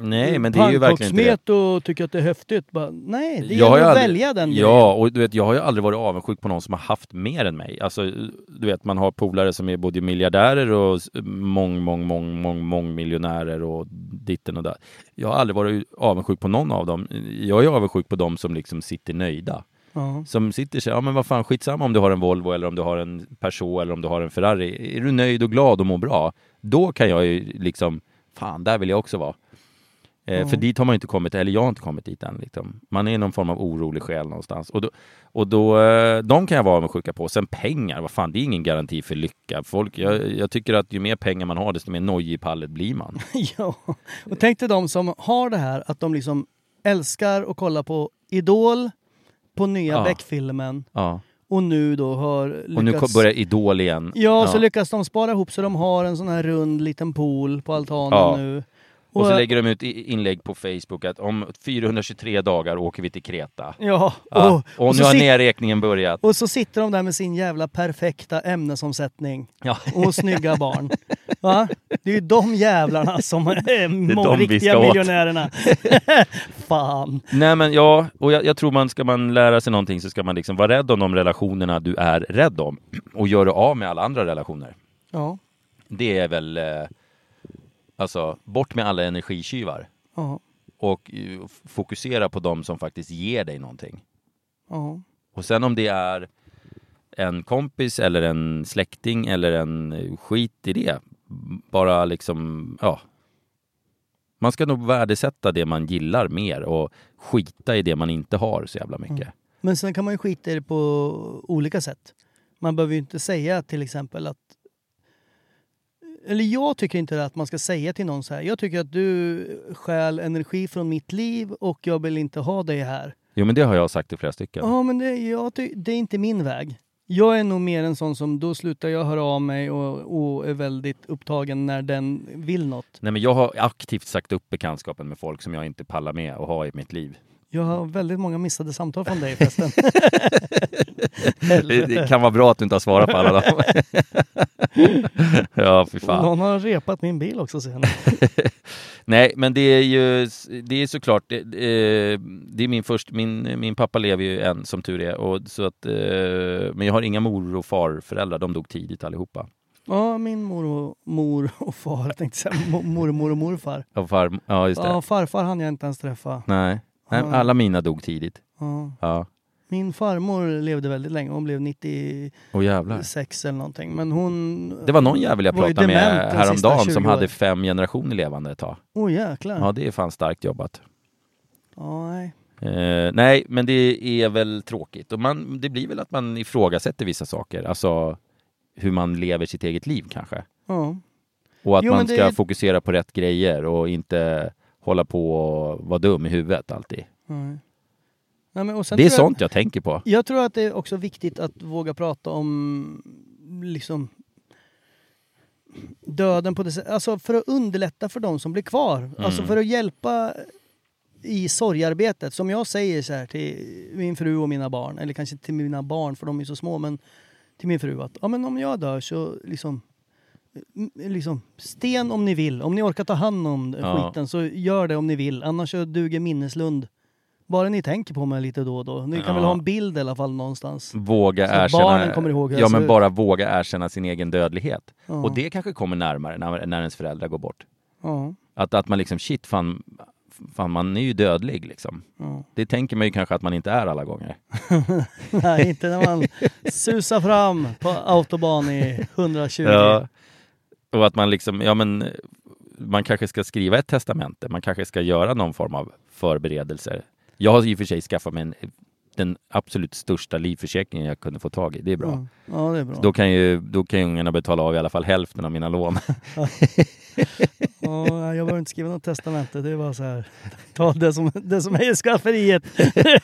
Speaker 5: Nej, men det är ju verkligen inte det.
Speaker 1: pannkakssmet och tycker att det är häftigt. Bara, nej, det
Speaker 5: Jag har
Speaker 1: gäller
Speaker 5: ju
Speaker 1: att
Speaker 5: aldrig-
Speaker 1: välja den grejen.
Speaker 5: Ja, och du vet, jag har ju aldrig varit avundsjuk på någon som har haft mer än mig. Alltså, du vet, man har polare som är både miljardärer och s- mång, mång, mång, mång, mång miljonärer och ditten och där. Jag har aldrig varit avundsjuk på någon av dem. Jag är avundsjuk på dem som liksom sitter nöjda.
Speaker 1: Ja.
Speaker 5: Som sitter så här, ja men vad fan, skitsamma om du har en Volvo eller om du har en Peugeot eller om du har en Ferrari. Är du nöjd och glad och mår bra, då kan jag ju liksom, fan, där vill jag också vara. Eh, För dit har man ju inte kommit, eller jag har inte kommit dit än. Liksom. Man är i någon form av orolig själ någonstans. Och då, och då, eh, de kan jag vara avundsjuka på. Sen pengar, vad fan, det är ingen garanti för lycka. Folk, jag, jag tycker att ju mer pengar man har, desto mer nojig i pallet blir man.
Speaker 1: Ja, och tänk dig de som har det här att de liksom älskar att kolla på Idol, på nya
Speaker 5: Ja.
Speaker 1: Beck-filmen
Speaker 5: Ja.
Speaker 1: och nu då har lyckats...
Speaker 5: Och nu ko- börjar Idol igen.
Speaker 1: Ja, så lyckas de spara ihop så de har en sån här rund liten pool på altanen
Speaker 5: Ja.
Speaker 1: nu.
Speaker 5: Och så lägger de ut i- inlägg på Facebook att om 423 dagar åker vi till Kreta.
Speaker 1: Ja,
Speaker 5: Ja.
Speaker 1: och,
Speaker 5: Och,
Speaker 1: och,
Speaker 5: nu
Speaker 1: så
Speaker 5: har
Speaker 1: sit-
Speaker 5: nerräkningen börjat.
Speaker 1: och så sitter de där med sin jävla perfekta ämnesomsättning
Speaker 5: Ja.
Speaker 1: och snygga barn. Va? Det är ju de jävlarna som är de
Speaker 5: vi ska
Speaker 1: riktiga
Speaker 5: åt.
Speaker 1: miljonärerna. Fan.
Speaker 5: Nej men ja, och jag, jag tror man ska man lära sig någonting så ska man liksom vara rädd om de relationerna du är rädd om och göra av med alla andra relationer.
Speaker 1: Ja,
Speaker 5: Det är väl, eh, alltså bort med alla energitjuvar
Speaker 1: ja,
Speaker 5: och eh, f- fokusera på de som faktiskt ger dig någonting.
Speaker 1: ja.
Speaker 5: Och sen om det är en kompis eller en släkting eller en eh, skit i det. Bara liksom, ja. Man ska nog värdesätta det man gillar mer och skita i det man inte har så jävla mycket.
Speaker 1: Men sen kan man ju skita i det på olika sätt. Man behöver ju inte säga till exempel att... Eller jag tycker inte att man ska säga till någon så här. Jag tycker att du stjäl energi från mitt liv och jag vill inte ha dig här.
Speaker 5: Jo men det har jag sagt till flera stycken.
Speaker 1: Ja, men det, jag, ty- det är inte min väg. Jag är nog mer en sån som då slutar jag höra av mig och, och är väldigt upptagen när den vill något.
Speaker 5: Nej men jag har aktivt sagt upp bekantskapen med folk som jag inte pallar med och har i mitt liv.
Speaker 1: Jag har väldigt många missade samtal från dig förresten.
Speaker 5: Det, det kan vara bra att du inte har svarat på alla dem. ja, fy fan.
Speaker 1: Någon har repat min bil också sen.
Speaker 5: Nej, men det är ju det är såklart. Det, eh, det är min först. Min, min pappa lever ju än som tur är. Och så att, eh, men jag har inga mor och farföräldrar. De dog tidigt allihopa.
Speaker 1: Ja, min mor och, mor och far tänkte jag säga. Mo- Mormor och morfar.
Speaker 5: Och far, ja, just det.
Speaker 1: Ja, farfar hann jag inte ens träffa.
Speaker 5: Nej. Nej,
Speaker 1: Ja.
Speaker 5: alla mina dog tidigt.
Speaker 1: Ja.
Speaker 5: Ja.
Speaker 1: Min farmor levde väldigt länge. Hon blev 96
Speaker 5: Åh jävlar.
Speaker 1: eller någonting. Men hon...
Speaker 5: Det var någon jävel jag
Speaker 1: Var ju
Speaker 5: pratade med
Speaker 1: dement de sista
Speaker 5: häromdagen
Speaker 1: 20
Speaker 5: som
Speaker 1: åren.
Speaker 5: hade fem generationer levande ett tag.
Speaker 1: Åh jäklar.
Speaker 5: Ja,
Speaker 1: Ja.
Speaker 5: det är fan starkt jobbat.
Speaker 1: nej.
Speaker 5: Eh, nej, men det är väl tråkigt. Och man, det blir väl att man ifrågasätter vissa saker. Alltså hur man lever sitt eget liv kanske.
Speaker 1: Ja.
Speaker 5: Och att
Speaker 1: Jo,
Speaker 5: man
Speaker 1: men det
Speaker 5: ska
Speaker 1: är-
Speaker 5: fokusera på rätt grejer och inte hålla på och vara dum i huvudet alltid.
Speaker 1: nej. nej men, och sen
Speaker 5: Det är
Speaker 1: tror jag-
Speaker 5: sånt jag tänker på.
Speaker 1: Jag tror att det är också viktigt att våga prata om liksom döden på det sättet. Alltså för att underlätta för de som blir kvar. Alltså
Speaker 5: Mm.
Speaker 1: för att hjälpa i sorgarbetet. Som jag säger så här till min fru och mina barn, eller kanske till mina barn för de är så små, men till min fru att ja, men om jag dör så liksom m- Liksom, sten om ni vill. Om ni orkar ta hand om
Speaker 5: Ja.
Speaker 1: skiten så gör det om ni vill. Annars så duger minneslund. Bara ni tänker på mig lite då och då. Ni kan
Speaker 5: Ja.
Speaker 1: väl ha en bild i alla fall någonstans.
Speaker 5: Våga
Speaker 1: Så att
Speaker 5: erkänna...
Speaker 1: barnen kommer ihåg hur
Speaker 5: Ja,
Speaker 1: jag ser
Speaker 5: men
Speaker 1: ut.
Speaker 5: bara våga erkänna sin egen dödlighet.
Speaker 1: Ja.
Speaker 5: Och det kanske kommer närmare när, när ens föräldrar går bort.
Speaker 1: Ja,
Speaker 5: Att, att man liksom, shit, fan, fan, man är ju dödlig liksom.
Speaker 1: ja.
Speaker 5: Det tänker man ju kanske att man inte är alla gånger.
Speaker 1: Nej, inte när man susar fram på autobahn i 120.
Speaker 5: Ja. Och att man liksom, ja men man kanske ska skriva ett testamente, man kanske ska göra någon form av förberedelser. Jag har i och för sig skaffat mig en den absolut största livförsäkringen jag kunde få tag i. Det är bra.
Speaker 1: Mm. Ja, det är bra.
Speaker 5: Då kan ju då kan ju ungarna betala av i alla fall hälften av mina lån.
Speaker 1: Ja, nej, jag behöver inte skriva något testamente. Det är bara så här. Ta det som, det som är i skafferiet.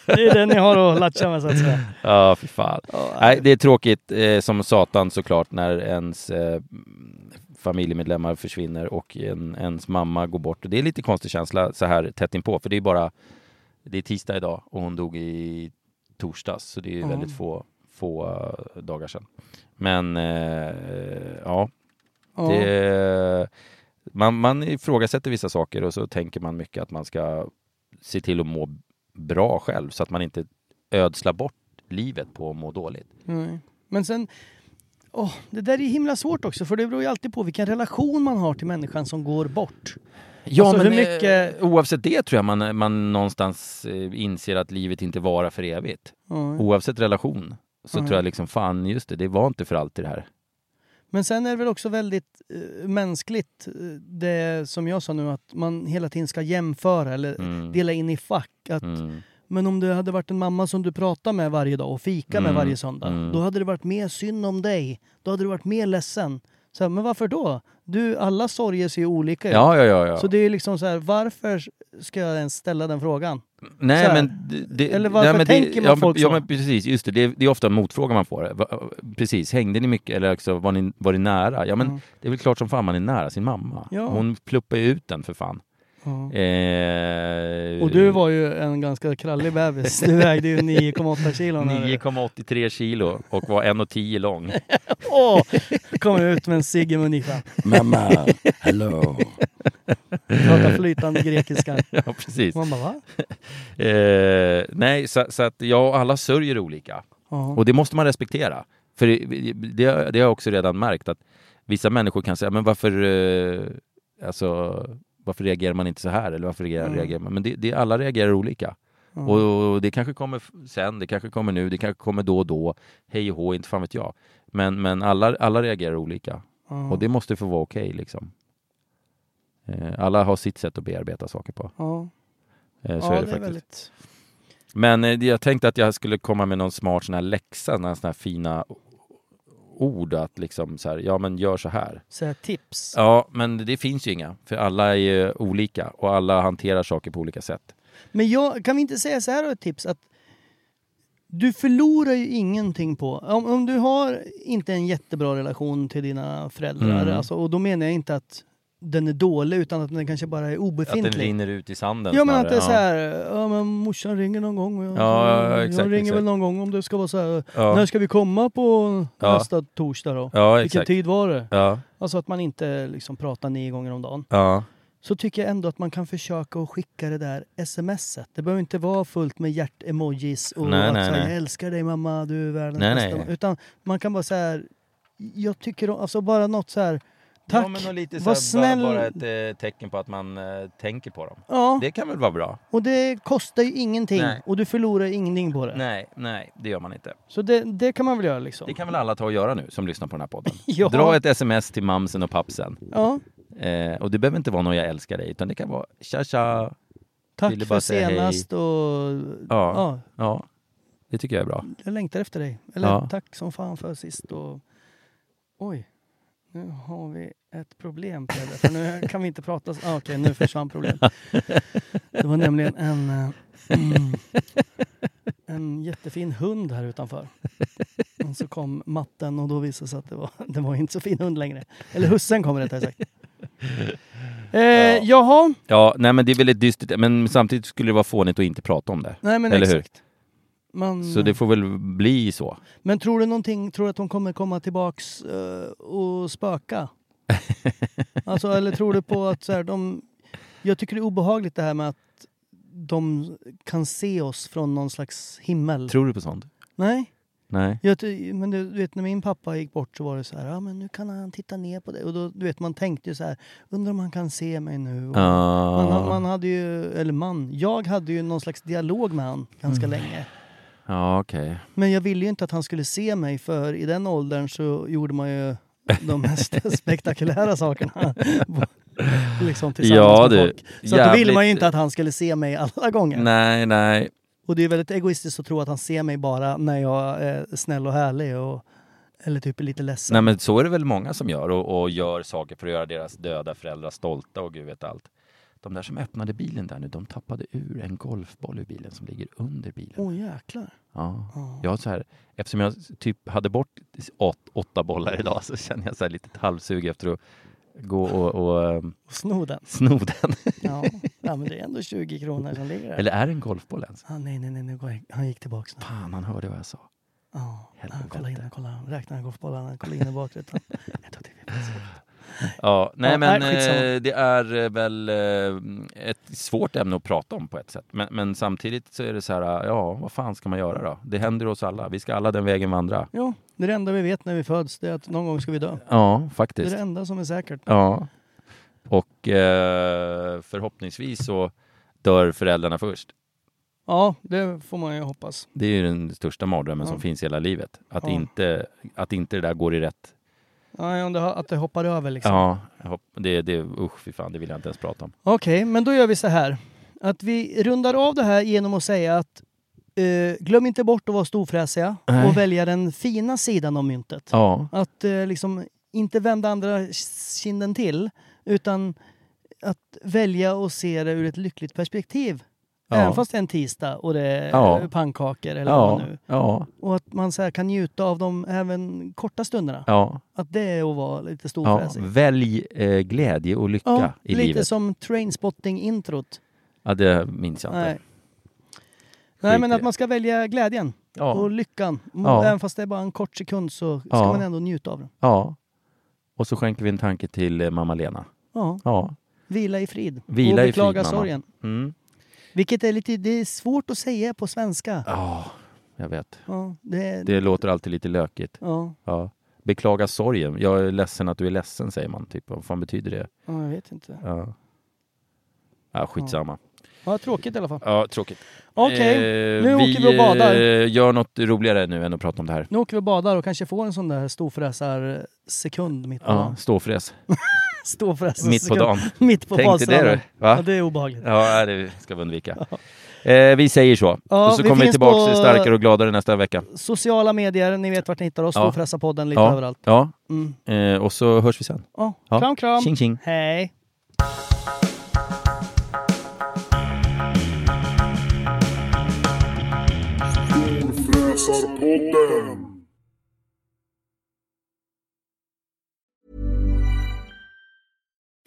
Speaker 1: Det är det ni har att latcha med så att säga.
Speaker 5: Ja, fy fan.
Speaker 1: Ja,
Speaker 5: Nej, det är tråkigt eh, som satan såklart när ens eh, familjemedlemmar försvinner och en, ens mamma går bort. Det är lite konstig känsla så här tätt inpå för det är bara det är tisdag idag och hon dog i torsdags så det är ju
Speaker 1: Ja.
Speaker 5: väldigt få, få eh, dagar sedan. Men eh, ja,
Speaker 1: ja.
Speaker 5: det, man, man ifrågasätter vissa saker och så tänker man mycket att man ska se till att må bra själv så att man inte ödslar bort livet på att må dåligt.
Speaker 1: Nej. Men sen, åh, det där är himla svårt också för det beror ju alltid på vilken relation man har till människan som går bort.
Speaker 5: Ja,
Speaker 1: Alltså,
Speaker 5: men
Speaker 1: hur
Speaker 5: eh,
Speaker 1: mycket-
Speaker 5: oavsett det tror jag man, man någonstans eh, inser att livet inte varar för evigt.
Speaker 1: Ja.
Speaker 5: Oavsett relation så
Speaker 1: Mm.
Speaker 5: tror jag liksom fan, just det, det var inte för alltid det här.
Speaker 1: Men sen är det väl också väldigt eh, mänskligt eh, det som jag sa nu att man hela tiden ska jämföra eller
Speaker 5: Mm.
Speaker 1: dela in i fack. Att,
Speaker 5: Mm.
Speaker 1: Men om det hade varit en mamma som du pratade med varje dag och fika
Speaker 5: Mm,
Speaker 1: med varje söndag,
Speaker 5: mm.
Speaker 1: då hade det varit mer synd om dig. Då hade du varit mer ledsen. Så här, men varför då? Du, alla sorger ser ju olika ut.
Speaker 5: Ja, ja, ja. ja.
Speaker 1: Så det är liksom så här, varför ska jag ens ställa den frågan?
Speaker 5: Nej,
Speaker 1: Så här.
Speaker 5: men det- det,
Speaker 1: Eller varför
Speaker 5: nej, men
Speaker 1: tänker man
Speaker 5: ja, men-
Speaker 1: folk
Speaker 5: ja,
Speaker 1: så?
Speaker 5: men precis, just det, det, är- det är ofta en motfråga man får. Va- Precis, hängde ni mycket eller också, var, ni, var ni nära? Ja, men
Speaker 1: Mm.
Speaker 5: det är väl klart som fan man är nära sin mamma.
Speaker 1: Ja.
Speaker 5: Hon pluppar ju ut den för fan. Eh,
Speaker 1: Och du var ju en ganska krallig bebis. Du vägde ju 9,8 kilo. när du-
Speaker 5: 9,83 kilo och var 1,10 lång.
Speaker 1: Åh! Kom ut med en cigg i munnipan.
Speaker 8: Mamma, hello.
Speaker 1: Pratade flytande grekiska.
Speaker 5: ja, precis.
Speaker 1: Man bara va?
Speaker 5: Eh, nej, så, så att jag och alla sörjer olika.
Speaker 1: Ja.
Speaker 5: Och det måste man respektera. För det, det har jag också redan märkt att vissa människor kan säga, men varför, eh, alltså, varför reagerar man inte så här? Eller varför reagerar,
Speaker 1: Mm.
Speaker 5: reagerar man? Men det, det, alla reagerar olika.
Speaker 1: Ja.
Speaker 5: Och, det kanske kommer f- sen, det kanske kommer nu, det kanske kommer då och då. Hej och hå, inte fan vet jag. Men, men alla, alla reagerar olika.
Speaker 1: Ja.
Speaker 5: Och det måste få vara okej liksom. Eh, alla har sitt sätt att bearbeta saker på.
Speaker 1: Ja.
Speaker 5: Eh, så
Speaker 1: Ja,
Speaker 5: är det,
Speaker 1: det är
Speaker 5: faktiskt.
Speaker 1: väldigt...
Speaker 5: Men eh, jag tänkte att jag skulle komma med någon smart sån här läxa, några såna här fina ord att liksom så här, ja men gör så här.
Speaker 1: Så här, tips.
Speaker 5: Ja, men det finns ju inga, för alla är ju olika och alla hanterar saker på olika sätt.
Speaker 1: Men jag, kan vi inte säga så här då, ett tips? Att du förlorar ju ingenting på... Om, om du har inte en jättebra relation till dina föräldrar,
Speaker 5: Mm.
Speaker 1: alltså, och då menar jag inte att den är dålig utan att den kanske bara är
Speaker 5: Att den
Speaker 1: obefintlig.
Speaker 5: rinner ut i sanden.
Speaker 1: Ja men att det är så
Speaker 5: snarare.
Speaker 1: här, ja men morsan ringer någon gång. och Jag,
Speaker 5: Ja, ja, ja,
Speaker 1: jag
Speaker 5: exakt,
Speaker 1: ringer
Speaker 5: exakt.
Speaker 1: väl någon gång om det ska vara så här.
Speaker 5: Ja,
Speaker 1: När
Speaker 5: ja.
Speaker 1: ska vi komma på
Speaker 5: Ja.
Speaker 1: nästa torsdag då?
Speaker 5: ja
Speaker 1: Vilken typ-
Speaker 5: exakt.
Speaker 1: tid var det?
Speaker 5: Ja,
Speaker 1: Alltså att man inte liksom pratar nio gånger om dagen.
Speaker 5: ja.
Speaker 1: Så tycker jag ändå att man kan försöka att skicka det där smset. Det behöver inte vara fullt med hjärt-emojis och
Speaker 5: Nej,
Speaker 1: att
Speaker 5: nej,
Speaker 1: säga
Speaker 5: nej.
Speaker 1: jag älskar dig mamma, du är världens
Speaker 5: Nej,
Speaker 1: bästa.
Speaker 5: nej.
Speaker 1: Utan man kan bara så här, jag tycker om, alltså bara något så här, tack,
Speaker 5: Ja, men och lite så
Speaker 1: var
Speaker 5: här, bara-
Speaker 1: snäll.
Speaker 5: Bara ett eh, tecken på att man eh, tänker på dem.
Speaker 1: Ja,
Speaker 5: Det kan väl vara bra?
Speaker 1: och det kostar ju ingenting
Speaker 5: Nej.
Speaker 1: och du förlorar ingenting på det.
Speaker 5: Nej, nej, det gör man inte.
Speaker 1: Så det, det kan man väl göra liksom.
Speaker 5: Det kan väl alla ta och göra nu som lyssnar på den här podden.
Speaker 1: Ja.
Speaker 5: Dra ett sms till mamsen och pappsen.
Speaker 1: Ja,
Speaker 5: Eh, och det behöver inte vara någon jag älskar dig, utan det kan vara tja tja.
Speaker 1: tack
Speaker 5: Ville
Speaker 1: för
Speaker 5: bara säga hej.
Speaker 1: senast och
Speaker 5: Ja, ja.
Speaker 1: ja,
Speaker 5: det tycker jag är bra.
Speaker 1: jag längtar efter dig. Eller
Speaker 5: Ja.
Speaker 1: tack som fan för sist och oj. Nu har vi ett problem Pelle, för nu kan vi inte prata. så- Ah, Okej, nu försvann problemet. Det var nämligen en, eh, mm, en jättefin hund här utanför. Och så kom matten och då visade det sig att det var, det var inte så fin hund längre. Eller hussen kommer rättare sagt. Eh,
Speaker 5: Ja.
Speaker 1: Jaha,
Speaker 5: Ja, nej men det är väldigt dystert, men samtidigt skulle det vara fånigt att inte prata om det.
Speaker 1: nej men
Speaker 5: Eller hur?
Speaker 1: exakt. Man,
Speaker 5: Så det får väl bli så.
Speaker 1: Men tror du någonting, tror du att hon kommer komma tillbaks eh, och spöka? alltså, eller tror du på att så här, de... Jag tycker det är obehagligt det här med att de kan se oss från någon slags himmel.
Speaker 5: Tror du på sånt?
Speaker 1: Nej,
Speaker 5: Nej.
Speaker 1: jag, ty- men du, du vet när min pappa gick bort så var det så här, ja men nu kan han titta ner på dig. Och då, du vet man tänkte ju så här, undrar om han kan se mig nu? Och
Speaker 5: Ah.
Speaker 1: Man, man hade ju, eller man, jag hade ju någon slags dialog med han ganska länge.
Speaker 5: Ja, okej.
Speaker 1: Men jag ville ju inte att han skulle se mig för i den åldern så gjorde man ju de mest spektakulära sakerna. liksom tillsammans
Speaker 5: Ja,
Speaker 1: med
Speaker 5: du.
Speaker 1: folk. Så att då ville
Speaker 5: Jävligt-
Speaker 1: man ju inte att han skulle se mig alla gånger.
Speaker 5: Nej, nej.
Speaker 1: Och det är väldigt egoistiskt att tro att han ser mig bara när jag är snäll och härlig och, eller typ är lite ledsen.
Speaker 5: Nej men så är det väl många som gör och, och gör saker för att göra deras döda föräldrar stolta och gud vet allt. De där som öppnade bilen där nu, de tappade ur en golfboll ur bilen som ligger under bilen.
Speaker 1: Åh jäklar.
Speaker 5: Ja. Jag har så här, eftersom jag typ hade bort åt, åtta bollar idag så känner jag så här lite halvsug efter att gå och, och ehm,
Speaker 1: Och sno den.
Speaker 5: sno den.
Speaker 1: Ja. ja, men det är ändå 20 kronor som ligger där.
Speaker 5: Eller är det en golfboll ens?
Speaker 1: Ah, nej, nej, nej, nu går jag. han gick tillbaks nu.
Speaker 5: Fan, han hörde vad jag sa.
Speaker 1: Ja, han
Speaker 5: Helvete.
Speaker 1: kollar in, han kollar, han räknar golfbollarna, kollar in i bakrutan. Ett, två, tre, fyra, fem, sex.
Speaker 5: Ja, nej
Speaker 1: Ja,
Speaker 5: men
Speaker 1: nej, skitsamma.
Speaker 5: eh, det är eh, väl eh, ett svårt ämne att prata om på ett sätt. Men, men samtidigt så är det så här, eh, ja vad fan ska man göra då? Det händer oss alla, vi ska alla den vägen vandra.
Speaker 1: Jo, det är det enda vi vet när vi föds, det är att någon gång ska vi dö.
Speaker 5: Ja,
Speaker 1: Det är
Speaker 5: faktiskt.
Speaker 1: det enda som är säkert.
Speaker 5: Ja. Och eh, förhoppningsvis så dör föräldrarna först.
Speaker 1: Ja, det får man ju hoppas.
Speaker 5: Det är ju den största mardrömmen
Speaker 1: Ja.
Speaker 5: som finns i hela livet. Att,
Speaker 1: Ja.
Speaker 5: inte, att inte det där går i rätt...
Speaker 1: Ja, om det, har- att det hoppar över liksom.
Speaker 5: Ja, jag hopp- det, det, usch fy fan, det vill jag inte ens prata om.
Speaker 1: Okej, men då gör vi så här. Att vi rundar av det här genom att säga att eh, glöm inte bort att vara storfräsiga
Speaker 5: Nej.
Speaker 1: och välja den fina sidan av myntet.
Speaker 5: Ja,
Speaker 1: Att eh, liksom inte vända andra kinden till utan att välja och se det ur ett lyckligt perspektiv.
Speaker 5: Ja.
Speaker 1: Även fast det är en tisdag och det är
Speaker 5: Ja.
Speaker 1: eh, pannkakor eller vad
Speaker 5: ja,
Speaker 1: nu
Speaker 5: ja,
Speaker 1: Och att man så här kan njuta av de även korta stunderna.
Speaker 5: ja.
Speaker 1: Att det är att vara lite
Speaker 5: ja.
Speaker 1: storfräsig.
Speaker 5: Välj eh, glädje och lycka
Speaker 1: Ja,
Speaker 5: i
Speaker 1: lite
Speaker 5: livet.
Speaker 1: som trainspotting-introt.
Speaker 5: Ja, det minns jag inte.
Speaker 1: Nej. Nej,
Speaker 5: i
Speaker 1: men
Speaker 5: det.
Speaker 1: att man ska välja glädjen
Speaker 5: Ja,
Speaker 1: och lyckan. M-
Speaker 5: Ja.
Speaker 1: Även fast det är bara en kort sekund så ska
Speaker 5: Ja.
Speaker 1: man ändå njuta av den.
Speaker 5: ja. Och så skänker vi en tanke till eh, mamma Lena.
Speaker 1: Ja.
Speaker 5: Ja.
Speaker 1: Vila i frid.
Speaker 5: Vila i
Speaker 1: och
Speaker 5: frid,
Speaker 1: beklaga
Speaker 5: mamma.
Speaker 1: sorgen.
Speaker 5: Mm.
Speaker 1: Vilket är lite det är svårt att säga på svenska.
Speaker 5: ja, jag vet.
Speaker 1: Ja, det,
Speaker 5: Det låter alltid lite lökigt.
Speaker 1: Ja,
Speaker 5: Ja. Beklaga sorgen. Jag är ledsen att du är ledsen, säger man. Typ. Vad fan betyder det?
Speaker 1: ja, jag vet inte.
Speaker 5: Ja, ja skitsamma.
Speaker 1: Ja, tråkigt i alla fall.
Speaker 5: Ja, tråkigt.
Speaker 1: Okej,
Speaker 5: Eh,
Speaker 1: nu åker vi och badar.
Speaker 5: eh, gör något roligare nu än att prata om det här.
Speaker 1: nu åker vi och badar och kanske får en sån där storfräsar-sekund mitt på
Speaker 5: Ja,
Speaker 1: dagen.
Speaker 5: ståfräs. Mitt på
Speaker 1: Storfräsar-sekund.
Speaker 5: dagen.
Speaker 1: Mitt på
Speaker 5: Tänk dig det
Speaker 1: badstranden.
Speaker 5: du. Va?
Speaker 1: Ja, det är obehagligt.
Speaker 5: Ja, det ska vi undvika. Eh, vi säger så.
Speaker 1: Ja,
Speaker 5: och så
Speaker 1: vi
Speaker 5: kommer vi
Speaker 1: finns
Speaker 5: tillbaka
Speaker 1: på-
Speaker 5: starkare och gladare nästa vecka.
Speaker 1: Sociala medier, ni vet vart ni hittar oss.
Speaker 5: Ja.
Speaker 1: Storfräsarpodden lite
Speaker 5: ja.
Speaker 1: överallt.
Speaker 5: Ja.
Speaker 1: Mm.
Speaker 5: Eh, och så hörs vi sen.
Speaker 1: Ja.
Speaker 5: Ja.
Speaker 1: Kram, kram.
Speaker 5: Tjing tjing.
Speaker 1: Hej.